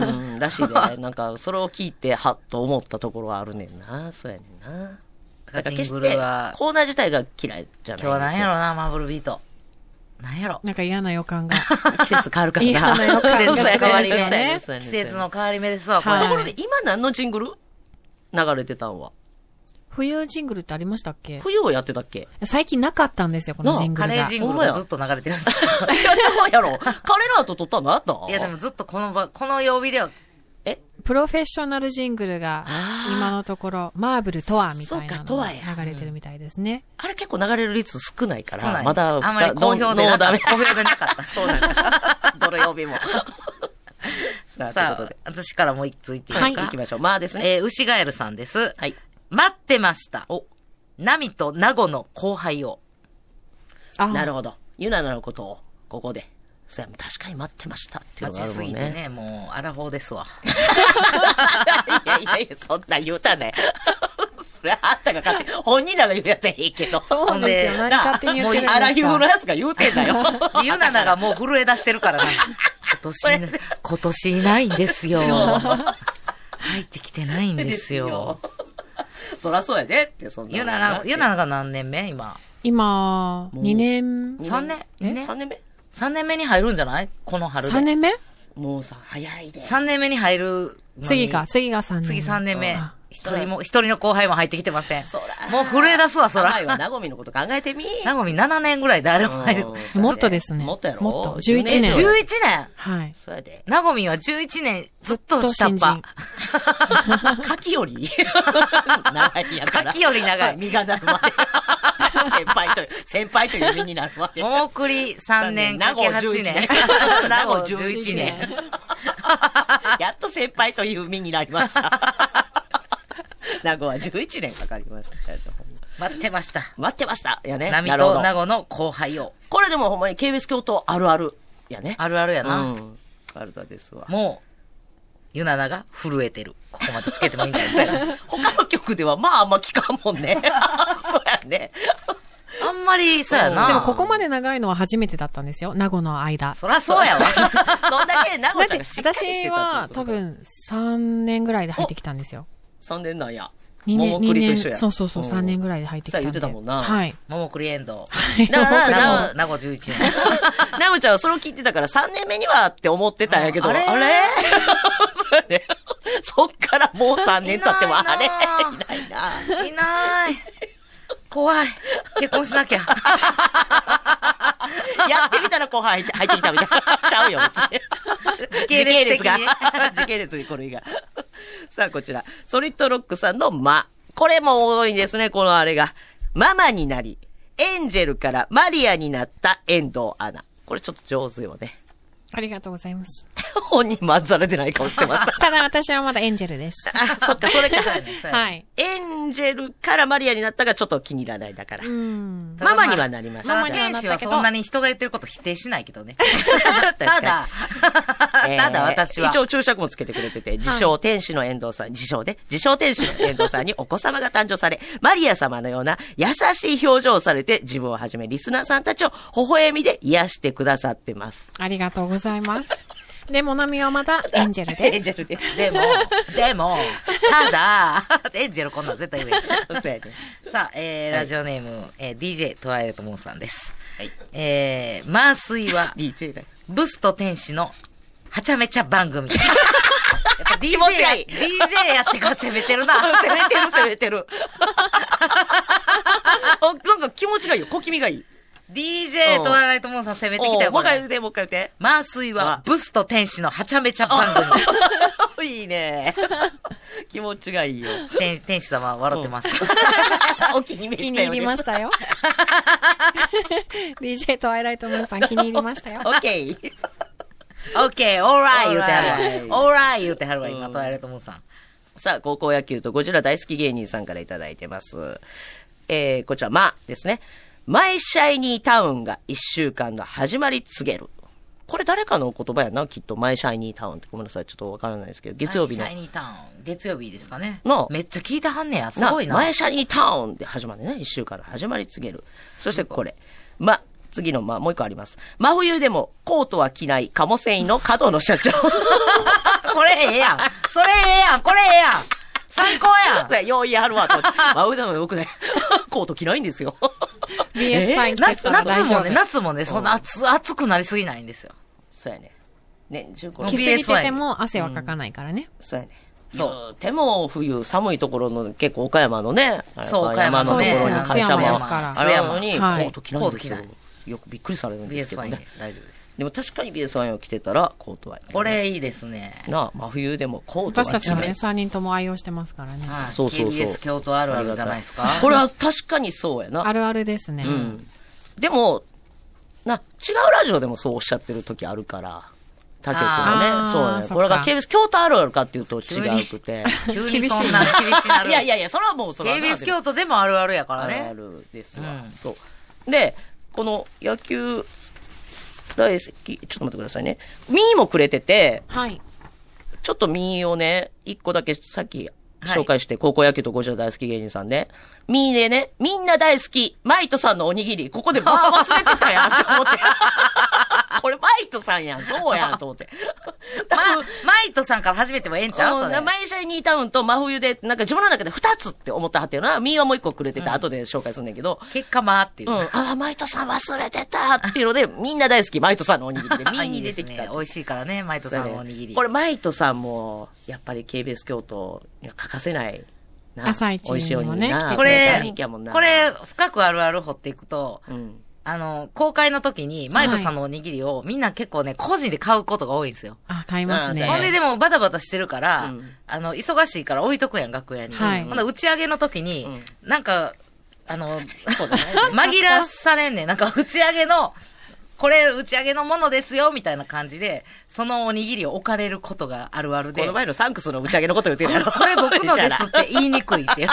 Speaker 3: うん、らしいで、なんか、それを聞いて、はっと思ったところはあるねんな。そうやねんな。だから決
Speaker 1: ジ
Speaker 3: し
Speaker 1: ング
Speaker 3: て
Speaker 1: ルは、
Speaker 3: コーナー自体が嫌いじゃないんです
Speaker 1: 今日
Speaker 3: よ
Speaker 1: は何やろな、マーブルビート。何やろ。
Speaker 4: なんか嫌な予 感が。
Speaker 3: 季節変わる からな。
Speaker 4: 嫌な予
Speaker 1: 季
Speaker 4: 感
Speaker 1: 節
Speaker 4: が
Speaker 1: の
Speaker 4: する
Speaker 1: 変わり
Speaker 4: そう
Speaker 1: 目
Speaker 4: やね。
Speaker 3: そうやね
Speaker 1: 季節の変わり目ですわ、こ
Speaker 4: は
Speaker 1: れ
Speaker 4: い。
Speaker 3: ところで、今何のジングル流れてたんは。
Speaker 4: 冬ジングルってありましたっけ
Speaker 3: 冬をやってたっけ
Speaker 4: 最近なかったんですよ、このジング
Speaker 1: カ
Speaker 4: ル
Speaker 1: レ
Speaker 4: が
Speaker 1: ー。ジングルがずっと流れてるんです
Speaker 3: いや、違うやろ。彼らと撮ったのあった
Speaker 1: よ。いや、でも。ずっとこの場、この曜日では、
Speaker 4: プロフェッショナルジングルが
Speaker 3: あ、ー
Speaker 4: 今のところ、マーブルとはみたい
Speaker 3: そう
Speaker 4: な
Speaker 3: か
Speaker 4: の
Speaker 3: と
Speaker 4: が
Speaker 3: はや
Speaker 4: 流れてるみたいですね。
Speaker 3: あれ結構流れる率少ないか
Speaker 1: 少
Speaker 3: ら、
Speaker 1: ない。
Speaker 3: まだ、
Speaker 1: あんまり好評でなか
Speaker 3: ノ
Speaker 1: っ
Speaker 3: ー
Speaker 1: た。好評でなかった。 そうなん
Speaker 3: ダ メ。どの曜日も。 さあ、ということ
Speaker 1: さあ
Speaker 3: で。、
Speaker 1: 私からもう一ついっていいで
Speaker 3: は
Speaker 1: す
Speaker 3: い、
Speaker 1: か
Speaker 3: 行きましょう。まあですね。
Speaker 1: えー、牛ガエルさんです。
Speaker 3: はい。
Speaker 1: 待ってました。
Speaker 3: お、
Speaker 1: ナミとナゴの後輩を。
Speaker 4: あ
Speaker 3: なるほど。ユナナのことを、ここで。そうや、確かに待ってましたっていう
Speaker 1: 待
Speaker 3: のがあ
Speaker 1: ち
Speaker 3: るも
Speaker 1: す
Speaker 3: ん
Speaker 1: ぎ
Speaker 3: ね。
Speaker 1: てね、もう、アラフォーですわ。
Speaker 3: いやいやいや、そんなん言うたね。 それはあんたが勝手に、本人らが言うやつはいいけど。
Speaker 4: そうなんですよ。
Speaker 1: ほん
Speaker 4: 何
Speaker 1: で
Speaker 4: 勝手に言ってるんです
Speaker 3: も
Speaker 4: か
Speaker 3: う荒木村のやつが言うてんだよ。
Speaker 1: でユナナがもう震え出してるから ね。今年な、今年いないんですよ。入ってきてないんですよ。。
Speaker 3: そらそうやでって、そんな。
Speaker 1: ユナナ、ユナナが何年目今。
Speaker 4: 今、
Speaker 3: もう
Speaker 4: 2年、
Speaker 1: 3年、
Speaker 4: え
Speaker 1: 二年
Speaker 3: 3年目
Speaker 1: 三年目に入るんじゃないこの春で。
Speaker 4: 3年目
Speaker 3: もうさ、早いで。
Speaker 1: 三年目に入るのに
Speaker 4: 次か、。次が3年目。
Speaker 1: 次3年目
Speaker 4: あ。
Speaker 1: 一人も、一人の後輩も入ってきてません。
Speaker 3: そら。
Speaker 1: もう震え出すわ、そら
Speaker 3: 甘。いは、なごみのこと考えてみ。
Speaker 1: なごみ7年ぐらい誰も入る。
Speaker 3: うん
Speaker 4: もっとですね。
Speaker 3: もっとやろ
Speaker 4: もっと。11年。
Speaker 3: 11
Speaker 1: 11年
Speaker 4: はい。
Speaker 3: そうやで。
Speaker 1: なごみは11年ずっと下っ
Speaker 4: ずっと
Speaker 1: 端。
Speaker 3: かきより長いやから。
Speaker 1: 牡蠣より長い
Speaker 3: 身がなるまで。 先輩という、先輩という身になるまで。
Speaker 1: ももくり3年かけ8年。
Speaker 3: 名
Speaker 1: なご
Speaker 3: 護11年
Speaker 1: 11年。。
Speaker 3: やっと先輩という身になりました。 名護は11年かかりましたけど。
Speaker 1: 待ってました。
Speaker 3: 待ってましたやね。
Speaker 1: ナミ
Speaker 3: なるほ
Speaker 1: と
Speaker 3: ど。
Speaker 1: ナゴの後輩を。
Speaker 3: これでもほんまに KBS 教頭あるあるやね。
Speaker 1: あるあるや
Speaker 3: う
Speaker 1: な。
Speaker 3: ん。あるだですわ。
Speaker 1: もう、ユナナが震えてる。ここまでつけてもいいんじゃないですか。
Speaker 3: 他の曲ではまああんま聞かんもんね。 そうやね。
Speaker 1: あんまり、そうやな。
Speaker 4: でもここまで長いのは初めてだったんですよ。名護の間。
Speaker 1: そらそうやわ。
Speaker 3: そんだけ名
Speaker 4: だっ
Speaker 3: 護ちゃ
Speaker 4: て
Speaker 3: んがしっかりし
Speaker 4: 私
Speaker 3: てたっ
Speaker 4: は
Speaker 3: てこと
Speaker 4: 多。分3年ぐらいで入ってきたんですよ。
Speaker 3: 3年なんや。
Speaker 4: 2年、
Speaker 3: もも
Speaker 4: 2
Speaker 3: くりと一緒や
Speaker 4: 年、そうそうそう、3年ぐらいで入ってきたんで。
Speaker 3: そう言ってたもんな
Speaker 4: はい。
Speaker 1: ももくりエンド
Speaker 4: はい
Speaker 3: だから
Speaker 1: ウ。
Speaker 3: な
Speaker 1: ナゴ、ナゴ11年。
Speaker 3: なごちゃんはそれを聞いてたから3年目にはって思ってたんやけど、あ
Speaker 1: あ
Speaker 3: れ
Speaker 1: れ
Speaker 3: そうやね。そっからもう3年経っても
Speaker 1: いな
Speaker 3: あれ
Speaker 1: いない
Speaker 3: ないな。
Speaker 1: いない。怖い。結婚しなきゃ。
Speaker 3: やってみたら後輩入ってきたみたいな。ち ゃうよ、別に。
Speaker 1: 時系列的にね
Speaker 3: が。 時系列にこれが。さあ、こちら。ソリッドロックさんの間。これも多いんですね、このあれが。ママになり、エンジェルからマリアになった遠藤アナ。これちょっと上手よね。
Speaker 4: ありがとうございます。
Speaker 3: 本人まんざらでない顔してました。
Speaker 4: ただ私はまだエンジェルです。
Speaker 3: あ、そっか、それか。
Speaker 1: そうやねそうやね
Speaker 4: はい。
Speaker 3: エンジェルからマリアになったがちょっと気に入らないだから
Speaker 4: う。ん。
Speaker 3: ママにはなりました
Speaker 1: た
Speaker 4: マ
Speaker 1: だ
Speaker 4: マには
Speaker 1: 天
Speaker 4: なっ
Speaker 1: 使
Speaker 4: た
Speaker 1: は
Speaker 4: けど
Speaker 1: そんなに人が言ってること否定しないけど ね。
Speaker 3: 確か
Speaker 1: た
Speaker 3: に
Speaker 1: だ、
Speaker 3: えー
Speaker 1: ただ私は
Speaker 3: 一。応注釈もつけてくれてて、自称天使の遠藤さん、自称で、自称天使の遠藤さんにお子様が誕生され、マリア様のような優しい表情をされて、自分をはじめリスナーさんたちを微笑みで癒してくださってます。
Speaker 4: ありがとうございます。で、モナミはまだエンジェル
Speaker 3: エ
Speaker 4: で
Speaker 3: ンジェルです。
Speaker 1: で も、でも、ただ、 エンジェルこんなん絶対言えない
Speaker 3: そうやね。
Speaker 1: さあ、えー、ラジオネーム、えー、DJ トワイライトモンさんです。
Speaker 3: はい。
Speaker 1: えー、マースイは、
Speaker 3: DJ だ。
Speaker 1: ブスと天使の、はちゃめちゃ 番組。やっぱ DJ
Speaker 3: 気持ちがいい
Speaker 1: DJ やってから攻めてるな。
Speaker 3: 攻めて る攻めてる。あなんか気持ちがいいよ。小気味がいい。
Speaker 1: DJ トワイライトモンさん攻めてきた
Speaker 3: お
Speaker 1: よ、
Speaker 3: もう
Speaker 1: こ
Speaker 3: 一回言
Speaker 1: れ
Speaker 3: う。て、もう一回言うて。
Speaker 1: マースイは
Speaker 3: あ
Speaker 1: ブスと天使のはちゃめちゃ番組。
Speaker 3: いい ね。気持ちがいいよ。
Speaker 1: 天天使様は笑って ます。
Speaker 3: お気に入
Speaker 4: 気に入りまし た よ。DJ トワイライトムーンさん気に入りましたよ。
Speaker 3: オッケー。
Speaker 1: オッケー、オーライ言うてはる
Speaker 3: Alright
Speaker 1: わ。オーライ言うてはるわ、
Speaker 3: う
Speaker 1: 今、
Speaker 3: ん
Speaker 1: トワイライトモンさん。
Speaker 3: さあ、高校野球とゴジラ大好き芸人さんからいただいてます。えー、こちら、まですね。マイシャイニータウンが一週間の始まり告げる。これ誰かの言葉やな、きっと。マイシャイニータウンって。ごめんなさい、ちょっとわからないですけど、月曜日の
Speaker 1: シャ。イニータウン。月曜日ですかね。
Speaker 3: の
Speaker 1: めっちゃ聞いてはんねや。すごいな。
Speaker 3: マイシャイニータウンで始まるね。一週間の始まり告げる。そしてこれ。ま、次の、ま、もう一個あります。真冬でもコートは着ない、カモ繊維の角野社長。
Speaker 1: これええやん。それええやん。これええやん。最高 やん。
Speaker 3: よう言いはるわ、と思って。 真冬でも僕ね、コート着ないんですよ。
Speaker 4: BS ファイン来て
Speaker 1: 夏、
Speaker 4: たら大
Speaker 1: 夏
Speaker 4: 丈
Speaker 1: も
Speaker 4: 夫
Speaker 1: ね、。夏もね、そんな暑、暑くなりすぎないんですよ。
Speaker 3: そうやね。年中こ
Speaker 1: 夏
Speaker 3: の
Speaker 4: 着すぎてても汗はかかないからね。
Speaker 3: そうやね。
Speaker 1: そう
Speaker 3: そう。でも、冬、寒いところの、結構岡山のね、
Speaker 1: そう
Speaker 3: あれ
Speaker 1: 岡山
Speaker 3: 山の
Speaker 1: の
Speaker 3: とこ
Speaker 1: ね
Speaker 3: ろに会社
Speaker 4: 津山で
Speaker 3: も
Speaker 4: すから
Speaker 3: あれなのに、コ
Speaker 4: はい
Speaker 3: ート着ないんですよ
Speaker 1: コート着。
Speaker 3: よくびっくりされるんですけ
Speaker 1: BS フ
Speaker 3: ど
Speaker 1: ァイン
Speaker 3: ね
Speaker 1: で。。大丈夫です。
Speaker 3: でも確かに BS1 を着てたら、コートは。
Speaker 1: こ。れいいですね。
Speaker 3: なあ、真冬でもコートは
Speaker 4: 私たちもね、
Speaker 3: 着ない
Speaker 4: 3人とも愛用してますからね。
Speaker 1: はい
Speaker 3: そうそうそう
Speaker 1: KBS 京都あるあるじゃないですか。
Speaker 3: これは確かにそうやな。
Speaker 4: あるあるですね
Speaker 3: う。ん。でも、な、違うラジオでもそうおっしゃってる時あるから、他局の
Speaker 4: あー
Speaker 3: ね、そうやね。
Speaker 4: そっか
Speaker 3: これが KBS 京都あるあるかっていうと違うくて。
Speaker 1: 急にそんな厳しいな る。
Speaker 3: いやいやいや、それはもうそれはな。
Speaker 1: KBS 京都でもあるあるやから
Speaker 3: あ
Speaker 1: ね。
Speaker 3: るあるですわ、
Speaker 1: うん
Speaker 3: そう。で、この野球大好き、ちょっと待ってくださいね。ミーもくれてて、
Speaker 4: はい。
Speaker 3: ちょっとミーをね、一個だけさっき紹介して、高校野球とゴジラ大好き芸人さんね。ミーでね、みんな大好き、マイトさんのおにぎり、ここでバー忘れてたやんって思 って。これマイトさんやん、そうやんと思って。
Speaker 1: ま、マイトさんから始めてもええんちゃうそれ。
Speaker 3: 名前シャイニータウンと真冬で、なんか自分の中で二つって思ったはってよな。ミーはもう一個くれてて、後で紹介するんだけど。
Speaker 1: 結果まあっていう
Speaker 3: うん。。ああ、マイトさん忘れてたっていうので、みんな大好き、マイトさんのおにぎりで、ミ
Speaker 1: あ
Speaker 3: ー
Speaker 1: い
Speaker 3: に
Speaker 1: いで
Speaker 3: 出
Speaker 1: す
Speaker 3: てきた
Speaker 1: ね。。美味しいからね、マイトさんのおにぎり。
Speaker 3: これ、マイトさんも、やっぱり KBS 京都には欠かせないな。
Speaker 4: 朝一にも
Speaker 3: 美
Speaker 4: ね
Speaker 3: 味しいおにぎりな。
Speaker 1: こ
Speaker 3: 大
Speaker 1: れ
Speaker 3: 人気やもん、な。
Speaker 1: これ、深くあるある掘っていくと、
Speaker 3: うん。
Speaker 1: あの、公開の時に、マイトさんのおにぎりを、みんな結構ね、個人で買うことが多いんですよ。
Speaker 4: あ、買います
Speaker 3: ええ
Speaker 4: ね。
Speaker 3: あ
Speaker 1: ほんででもバタバタしてるから、
Speaker 3: うん
Speaker 1: あの、忙しいから置いとくやん、楽屋に。
Speaker 4: はい
Speaker 1: ほんなら打ち上げの時に、なんか、あの、
Speaker 3: そうだね
Speaker 1: 紛らされんねん。なんか打ち上げの、これ打ち上げのものですよ、みたいな感じで、そのおにぎりを置かれることがあるあるで。
Speaker 3: この前のサンクスの打ち上げのこと言ってるやろ。
Speaker 1: これ僕のですっ
Speaker 3: こ
Speaker 1: て言いにくいって。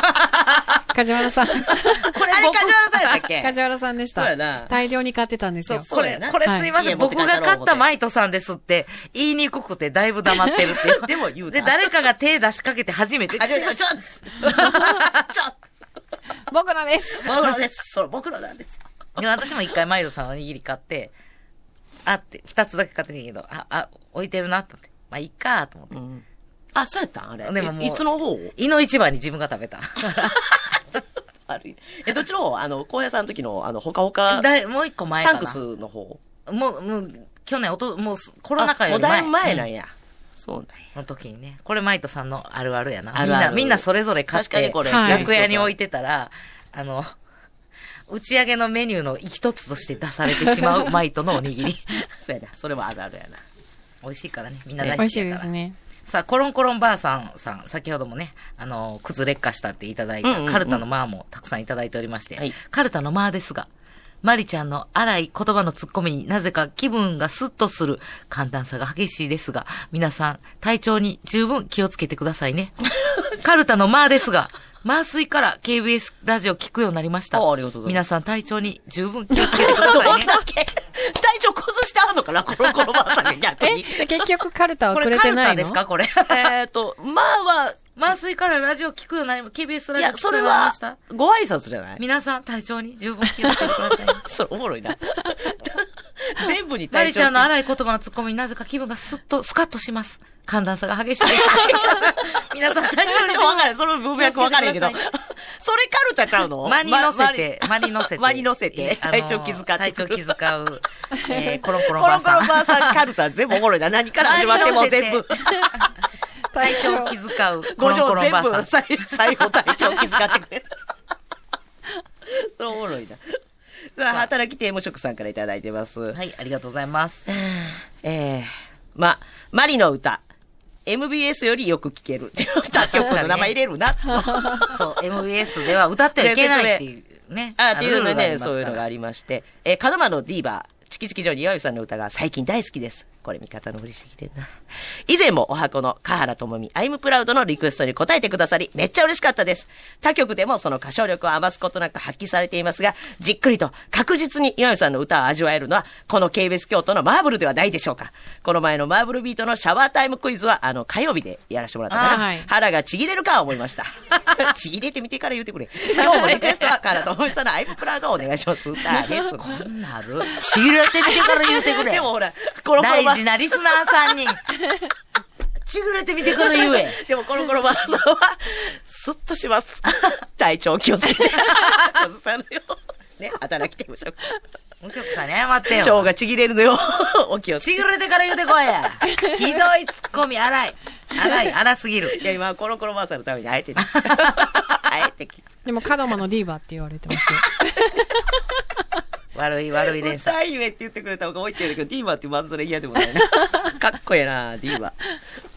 Speaker 4: 梶原さん。
Speaker 3: れ、あれ、梶原さんやったっけ
Speaker 4: 梶原さんでし
Speaker 3: そう
Speaker 4: た
Speaker 3: やな。
Speaker 4: 大量に買ってたんです
Speaker 1: そう
Speaker 4: よ。、
Speaker 1: こ
Speaker 3: そう
Speaker 1: れ
Speaker 3: や、な
Speaker 1: これすいません、
Speaker 3: はい
Speaker 1: 僕が買ったマイトさんですって言いにくくてだいぶ黙ってるってい う。
Speaker 3: でも言うた
Speaker 1: で、誰かが手出しかけて初めて。
Speaker 3: あ、ちょ、ちょ、
Speaker 1: すいません
Speaker 3: ちょ、ちょ、
Speaker 4: 僕のです。
Speaker 3: 僕のです。そう、僕のなんです。
Speaker 1: でも私も一回マイトさんのおにぎり買って、あって、二つだけ買ってんけど、あ、あ、置いてるなと思って。まあ、いっかと思って。
Speaker 3: あ、そうやったんあれ。
Speaker 1: でももう
Speaker 3: いいつの方を
Speaker 1: 胃の一番に自分が食べた。
Speaker 3: 悪い。え、どっちの方あの、荒野さんの時の、あの、ほかほか、
Speaker 1: だいもう一個前
Speaker 3: サ
Speaker 1: か
Speaker 3: ン
Speaker 1: な。
Speaker 3: クスの方。
Speaker 1: もう、もう、去年、おと、もう、コロナ禍より
Speaker 3: あ
Speaker 1: 前。
Speaker 3: もうだいぶ前な
Speaker 1: うん
Speaker 3: んや。そうなんや。
Speaker 1: の時にね。これ、マイトさんのあるあるやな。
Speaker 3: あるあ
Speaker 1: みんな、
Speaker 3: る
Speaker 1: みんなそれぞれ買って。
Speaker 3: 確かにこれ、
Speaker 4: はい
Speaker 1: 楽屋に置いてたら、あの、打ち上げのメニューの一つとして出されてし まうマイトのおにぎり。
Speaker 3: そうやな。それはあるあるやな。
Speaker 1: 美味しいからね。みんな大
Speaker 4: 美
Speaker 1: 好
Speaker 4: 味し
Speaker 1: き
Speaker 4: い
Speaker 1: だ
Speaker 4: で
Speaker 1: か
Speaker 4: す
Speaker 1: ら。
Speaker 4: ね。
Speaker 1: さあ、コロンコロンばあさんさん、先ほどもね、あの、靴劣化したっていただい
Speaker 3: うんうん
Speaker 1: た、
Speaker 3: うん
Speaker 1: カルタのまあもたくさんいただいておりまして、
Speaker 3: はい
Speaker 1: カルタのまあですが、マリちゃんの荒い言葉のツッコミになぜか気分がスッとする寒暖差が激しいですが、皆さん、体調に十分気をつけてくださいね。 カルタのまあですが、麻酔から KBS ラジオ聞くようになりました。
Speaker 3: あありがとうございま
Speaker 1: 皆さん体調に十分気をつけてくださ いね。
Speaker 3: け体調崩してあるのかな コロコロばあさんが逆
Speaker 4: え
Speaker 3: に。
Speaker 4: で結局カルタは
Speaker 1: こ
Speaker 4: く
Speaker 1: れ
Speaker 4: れ
Speaker 1: カ
Speaker 4: て
Speaker 1: ル
Speaker 4: な
Speaker 1: タ
Speaker 4: い
Speaker 1: で
Speaker 4: の
Speaker 1: すかこれ。
Speaker 3: えっと、まあは、
Speaker 1: 麻酔からラジオ聞くようになりま、KBS ラ
Speaker 3: い
Speaker 1: ジオ
Speaker 3: や、
Speaker 1: 聞
Speaker 3: そ
Speaker 1: くよ
Speaker 3: れ
Speaker 1: うになりま
Speaker 3: は
Speaker 1: した。、
Speaker 3: ご挨拶じゃない
Speaker 1: 皆さん、体調に十分気をつけてくださいね。
Speaker 3: それおもろいな。全部に
Speaker 1: マ
Speaker 3: 体
Speaker 1: リ
Speaker 3: 調。
Speaker 1: ちゃんの荒い言葉のツッコミになぜか気分がスッと、スカッとします。寒暖差が 激しいです。皆さん、体調
Speaker 3: ちょっ
Speaker 1: に十
Speaker 3: とわ
Speaker 1: 分
Speaker 3: かる。その文脈わかるけど。
Speaker 1: 気
Speaker 3: そ
Speaker 1: をつ
Speaker 3: れ
Speaker 1: けてく
Speaker 3: カルタちゃうの
Speaker 1: 間に乗せて、
Speaker 3: ま
Speaker 1: 間に乗せて。
Speaker 3: 間に乗せて。
Speaker 1: あの
Speaker 3: 体調気遣ってくる。
Speaker 1: 体調気遣う。 えー、コロンコ
Speaker 3: コ
Speaker 1: ロ
Speaker 3: ロ
Speaker 1: ンばあ
Speaker 3: コ
Speaker 1: さん。
Speaker 3: ロばあ さん、カルタ全部おもろいな。何から始まっても全部。
Speaker 1: 体調気遣う。
Speaker 3: 五
Speaker 1: コロンコ
Speaker 3: 条
Speaker 1: ロン
Speaker 3: 全
Speaker 1: ばあさ
Speaker 3: 部
Speaker 1: ん。
Speaker 3: 最 最後体調気遣ってくれた。それおもろいな。さあ、働き手無職さんからいただいてます。
Speaker 1: はい、ありがとうござ います。
Speaker 3: えー、ま、マリの歌。MBS よりよく聴ける。 って歌曲の名前入れるな。
Speaker 1: そう、MBS では歌ってはいけないっていうね。
Speaker 3: あっていうの
Speaker 1: ルー
Speaker 3: ね、
Speaker 1: ルがあります
Speaker 3: そういうのがありまして。えー、門真のディーバー、チキチキジョニー岩井さんの歌が最近大好きです。これ味方のふりしてきてるな。以前もお箱の河原智美、アイムプラウドのリクエストに応えてくださり、めっちゃ嬉しかったです。他局でもその歌唱力を余すことなく発揮されていますが、じっくりと確実に岩井さんの歌を味わえるのは、この KBS 京都のマーブルではないでしょうか。この前のマーブルビートのシャワータイムクイズは、あの、火曜日でやらせてもらったか
Speaker 4: あ
Speaker 3: な。
Speaker 4: はい
Speaker 3: 腹がちぎれるか思いました。 ちぎれてみてから言うてくれ。今日もリクエストはからと思いさんのアイププラウドをお願いします。だねつ
Speaker 1: こんなる。 ちぎられてみてから言うてくれ。
Speaker 3: でもほら、コロコロ
Speaker 1: 大
Speaker 3: ば
Speaker 1: 事なリスナーさん に。ちぐれてみてから言え。
Speaker 3: でもコロコロばさんは、スッとします。体調気をつけて。崩さぬよう。ね、働きてみましょう。
Speaker 1: 無職さんに謝ってよ。
Speaker 3: 腸がちぎれるのよ。お気をつけて。
Speaker 1: ちぐれてから言うて こいや。ひどいツッコミ、荒い。荒い、荒すぎる。
Speaker 3: いや、今、コロコロばさんのためにあえてね。あえて聞
Speaker 4: でも、カドマのディーバーって言われてますよ。
Speaker 1: 悪い、悪い連鎖。
Speaker 3: 歌姫って言ってくれた方が多いって言うんだけど、ディーバーってまんざら嫌でもないな。かっこええな、ディーバー。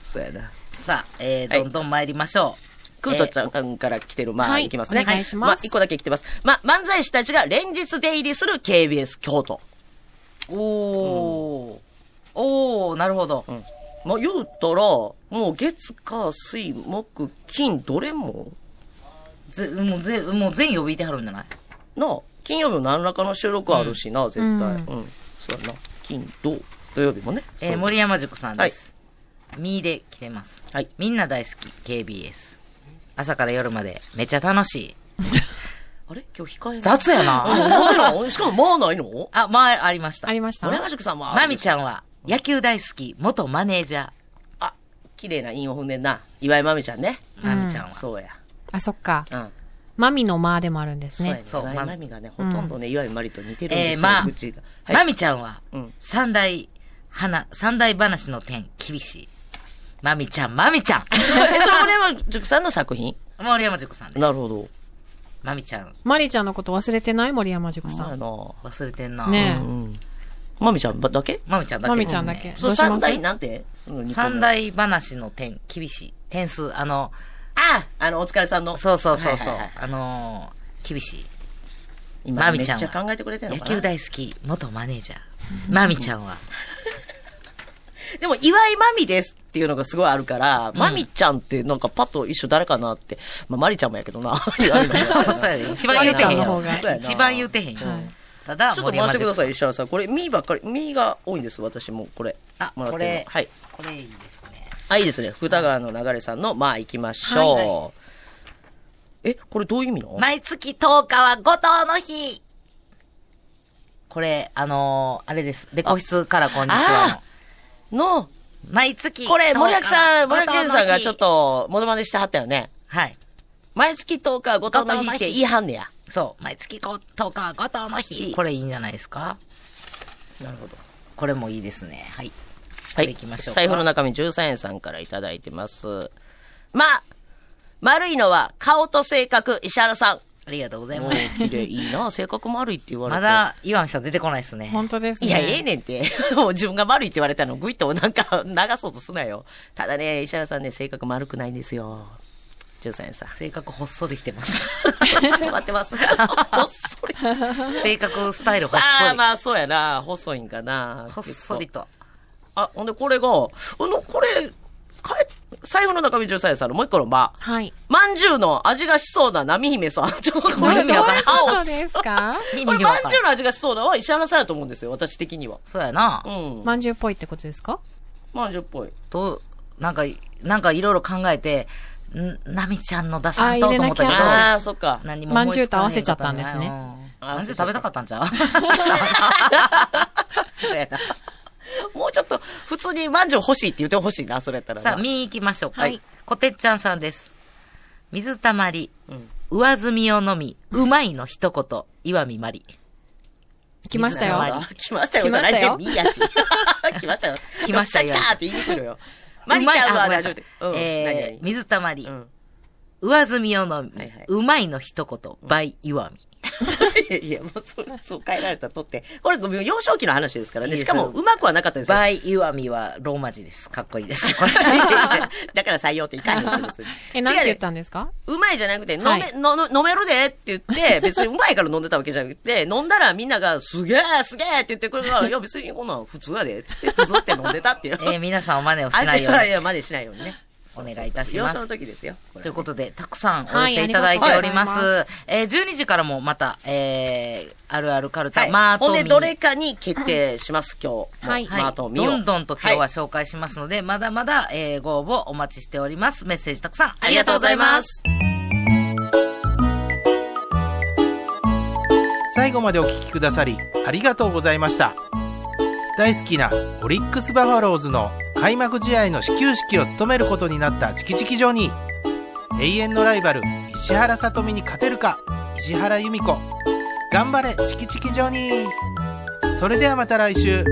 Speaker 3: そうやな。
Speaker 1: さあ、えー、
Speaker 3: はい
Speaker 1: どんどん参りましょう。
Speaker 3: クートちゃんから来てる。まあ、、
Speaker 4: はいい
Speaker 3: きますね。
Speaker 4: お願いします
Speaker 3: まあ、一個だけ来てます。まあ、漫才師たちが連日出入りする KBS 京都。
Speaker 1: えーおー。おー、なるほど。
Speaker 3: うん。まあ、言うたら、もう月、火、水、木、金、どれも、
Speaker 1: ぜ、もうぜ、もう全呼びいてはるんじゃない
Speaker 3: なあ、金曜日も何らかの収録あるしな、絶対。う。
Speaker 4: うんん
Speaker 3: そうやな。金、土、土曜日もね。
Speaker 1: えー、
Speaker 3: そう
Speaker 1: 森山塾さんです。みーで来てます。
Speaker 3: はい。
Speaker 1: みんな大好き、KBS。朝から夜まで、めっちゃ楽しい。
Speaker 3: あれ今日控え
Speaker 1: 雑やな
Speaker 3: あ、ないのしかも、まあないの
Speaker 1: あ、ま あ、ありました
Speaker 4: あ。りました
Speaker 3: 森。山塾さんは。
Speaker 1: まみち
Speaker 3: ゃん。
Speaker 1: ゃんは、野球大好き、元マネージャ
Speaker 3: あ、綺麗な韻を踏んでんな。岩井まみちゃんね。
Speaker 1: ー。まみちゃんは。
Speaker 3: そうや。
Speaker 4: あ、そっか。
Speaker 3: うん。
Speaker 4: マミのマーでもあるんです
Speaker 3: そうや
Speaker 4: ね
Speaker 3: ね。。
Speaker 1: そう
Speaker 3: 岩井
Speaker 1: ま
Speaker 3: まみがね、ほとんどね、岩井まりと似てるんで
Speaker 1: え
Speaker 3: すよ、
Speaker 1: ー、まあ
Speaker 3: うちが。、
Speaker 1: ま
Speaker 3: み、
Speaker 1: みちゃんは
Speaker 3: うん、
Speaker 1: 三大、花、三大話の点、厳しい。まみちゃん、まみちゃん。
Speaker 3: えそれ森山塾さんの作品
Speaker 1: 森山塾さんです。
Speaker 3: なるほど。
Speaker 1: まみちゃん、
Speaker 4: マリちゃんのこと忘れてない森山塾さ
Speaker 3: まあ
Speaker 4: ん。
Speaker 3: な
Speaker 1: 忘れてんな。
Speaker 4: ねえ
Speaker 3: うん。まみちゃんだけ
Speaker 1: まみちゃんだけ。
Speaker 4: まみちゃんだけ。
Speaker 3: そ
Speaker 4: ど
Speaker 3: う、
Speaker 4: うしま
Speaker 3: 三
Speaker 4: す
Speaker 3: 大なんてその日本の
Speaker 1: 三大話の点、厳しい。点数、あの、
Speaker 3: ああの、お疲れさんの。
Speaker 1: そうそうそうそう、
Speaker 3: はいはいはい
Speaker 1: あのー厳しい。
Speaker 3: 今、
Speaker 1: まみちゃんは
Speaker 3: めっちゃ考えてくれてる
Speaker 1: 野
Speaker 3: のかな
Speaker 1: 球大好き、元マネージャー。まみちゃんは、
Speaker 3: でも、岩井まみですっていうのがすごいあるから、まみちゃんってなんかパッと一緒誰かなって。まあ、まりちゃんもやけどな。そうや
Speaker 1: そうやね一番言うてへん
Speaker 4: まりちゃん
Speaker 1: よ
Speaker 4: の方が。
Speaker 1: 一番言うてへんよ
Speaker 4: はい。
Speaker 1: ただ、
Speaker 3: ちょっと回してくださ
Speaker 1: い。
Speaker 3: い、石原さん。これ、みばっかり、みが多いんです、私も、これ。
Speaker 1: あ、
Speaker 3: もらってる
Speaker 1: こ
Speaker 3: の
Speaker 1: れ、
Speaker 3: はい。
Speaker 1: これいいですね。
Speaker 3: あ、いいですね。福田川の流れさんの、まあ、行きましょう。
Speaker 4: はい
Speaker 3: え、これどういう意味なの
Speaker 1: 毎月10日は五島の日これ、あのーあれです。レコ室からこんにちは
Speaker 3: あの、
Speaker 1: の。毎月。
Speaker 3: これ、森脇さん、森脇健さんがちょっ。
Speaker 1: 五島の日
Speaker 3: と、モノマネしてはったよね。
Speaker 1: はい。
Speaker 3: 毎月10日、後藤の日って言いはんねや。
Speaker 1: そう。毎月こ10日は五島の日。これいいんじゃないですか
Speaker 3: なるほど。
Speaker 1: これもいいですね。はい。
Speaker 3: はい。
Speaker 1: 行きましょうか
Speaker 3: 財布の中身13円さんからいただいてます。まあ、丸いのは顔と性格、石原さん。
Speaker 1: ありがとうござい
Speaker 3: も
Speaker 1: ま
Speaker 3: う
Speaker 1: す。
Speaker 3: 綺麗、 いいな、性格丸いって言われて。
Speaker 1: ま。だ、岩見さん出てこないですね。
Speaker 4: 本当ですね。
Speaker 3: いや、ええねんって。 もう自分が丸いって言われたの、ぐいっとなんか 流そうとすなよ。ただね、石原さんね、性格丸くないんですよ。13円さん。
Speaker 1: 性格ほっそりしてます。
Speaker 3: 止まってます。 ほっそり。
Speaker 1: 性格、スタイルほっ
Speaker 3: あ
Speaker 1: そ
Speaker 3: あ、
Speaker 1: り。
Speaker 3: まあそうやな。細いんかな。
Speaker 1: ほっそりと。
Speaker 3: あ、ほんで、これが、あの、これ、かえ、財布の中身13歳さんのもう一個のま、
Speaker 4: はい。
Speaker 3: まんじゅうの味がしそうな波姫さん。 ちょっとこ
Speaker 1: もう意
Speaker 3: れ、
Speaker 1: 味わからん
Speaker 3: 青
Speaker 4: そうですか
Speaker 1: 意
Speaker 3: これ、
Speaker 1: 味わ
Speaker 3: ま
Speaker 1: か
Speaker 3: ん
Speaker 1: ん
Speaker 3: じゅうの味がしそうなは石原さんやと思うんですよ、私的には。
Speaker 1: そうやな
Speaker 3: う。ん。
Speaker 4: まんじゅうっぽいってことですか
Speaker 3: まんじゅうっぽい。
Speaker 1: どう、なんか、なんかいろいろ考えて、ん、なみちゃんの出さんと
Speaker 4: あ
Speaker 1: と思
Speaker 4: 入れな
Speaker 1: った
Speaker 4: きゃ
Speaker 1: けど、
Speaker 3: ああ、そっか。
Speaker 1: 何も思いつかへ
Speaker 4: まんじゅうと合わせちゃったんですね
Speaker 1: うんまんじゅう食べたかったんちゃう
Speaker 3: そうやな。もうちょっと、普通にまんじゅう欲しいって言ってほしいな、それやったらな。
Speaker 1: さあ、見に行きましょうか。
Speaker 3: はい
Speaker 1: こてっちゃんさんです。水たまり、
Speaker 3: うん
Speaker 1: 上積みを飲み、うまいの一言、岩見まり。
Speaker 4: 来ました
Speaker 1: 水溜
Speaker 4: よ。
Speaker 1: り
Speaker 3: あ 来ましたよ。
Speaker 4: 来まし
Speaker 3: じゃ
Speaker 4: たよ
Speaker 3: ないでいいやし。来ましたよ。
Speaker 1: 来ましたよ
Speaker 3: よっしゃ来たって言いに来るよ。マリちゃんは
Speaker 1: うまい
Speaker 3: 大
Speaker 1: あご
Speaker 3: 丈
Speaker 1: め
Speaker 3: 夫
Speaker 1: んな
Speaker 3: で
Speaker 1: さ
Speaker 3: う
Speaker 1: い。
Speaker 3: ん。
Speaker 1: えー、水たまり、
Speaker 3: 何々うん。
Speaker 1: 上積みを飲み、
Speaker 3: はいはいう
Speaker 1: まいの一言、倍岩見。
Speaker 3: いやいや、もうそれ、そう変えられたとって。これ、幼少期の話ですから
Speaker 1: いい
Speaker 3: ね。
Speaker 1: です
Speaker 3: しかも、うまくはなかったですよ。
Speaker 1: バイユアミはローマ字です。 かっこいいです。これ
Speaker 3: だから採用っていかんよ別に。
Speaker 4: え、なんて
Speaker 3: 違う
Speaker 4: 言っ
Speaker 3: よ
Speaker 4: たんですか
Speaker 3: うまいじゃなくて、飲め、
Speaker 4: はい
Speaker 3: のの飲めるでって言 って、別にうまいから飲んでたわけじゃなくて、飲んだらみんなが、すげえすげえって言ってくれる から、いや別にこんなん普通やでって言って、ずっと飲んでたっていう。
Speaker 1: えー皆さんお真似をしないよう
Speaker 3: あいやい
Speaker 1: に。
Speaker 3: や、までしないようにね。
Speaker 1: お願いいたします
Speaker 3: そうそうそう幼少の時ですよ。こと
Speaker 1: い
Speaker 3: れ
Speaker 1: うことで、たくさんお寄せいただいております。
Speaker 4: はいありがとうございます
Speaker 1: えー12時からもまた、えー、あるあるカルタ、
Speaker 3: はい。
Speaker 1: マート
Speaker 3: ほん
Speaker 1: ミ
Speaker 3: で、
Speaker 1: ー
Speaker 3: どれかに決定します、今日。
Speaker 4: はい
Speaker 1: はい
Speaker 3: マートミを
Speaker 1: どんどんと今日は
Speaker 3: はい
Speaker 1: 紹介しますので、まだまだ、えーご応募お待ちしております。メッセージたくさんありがとうございます。
Speaker 2: 最後までお聞きくださりありがとうございました大好きなオリックス・バファローズの開幕試合の始球式を務めることになったチキチキジョニー永遠のライバル石原さとみに勝てるか石原由美子頑張れチキチキジョニーそれではまた来週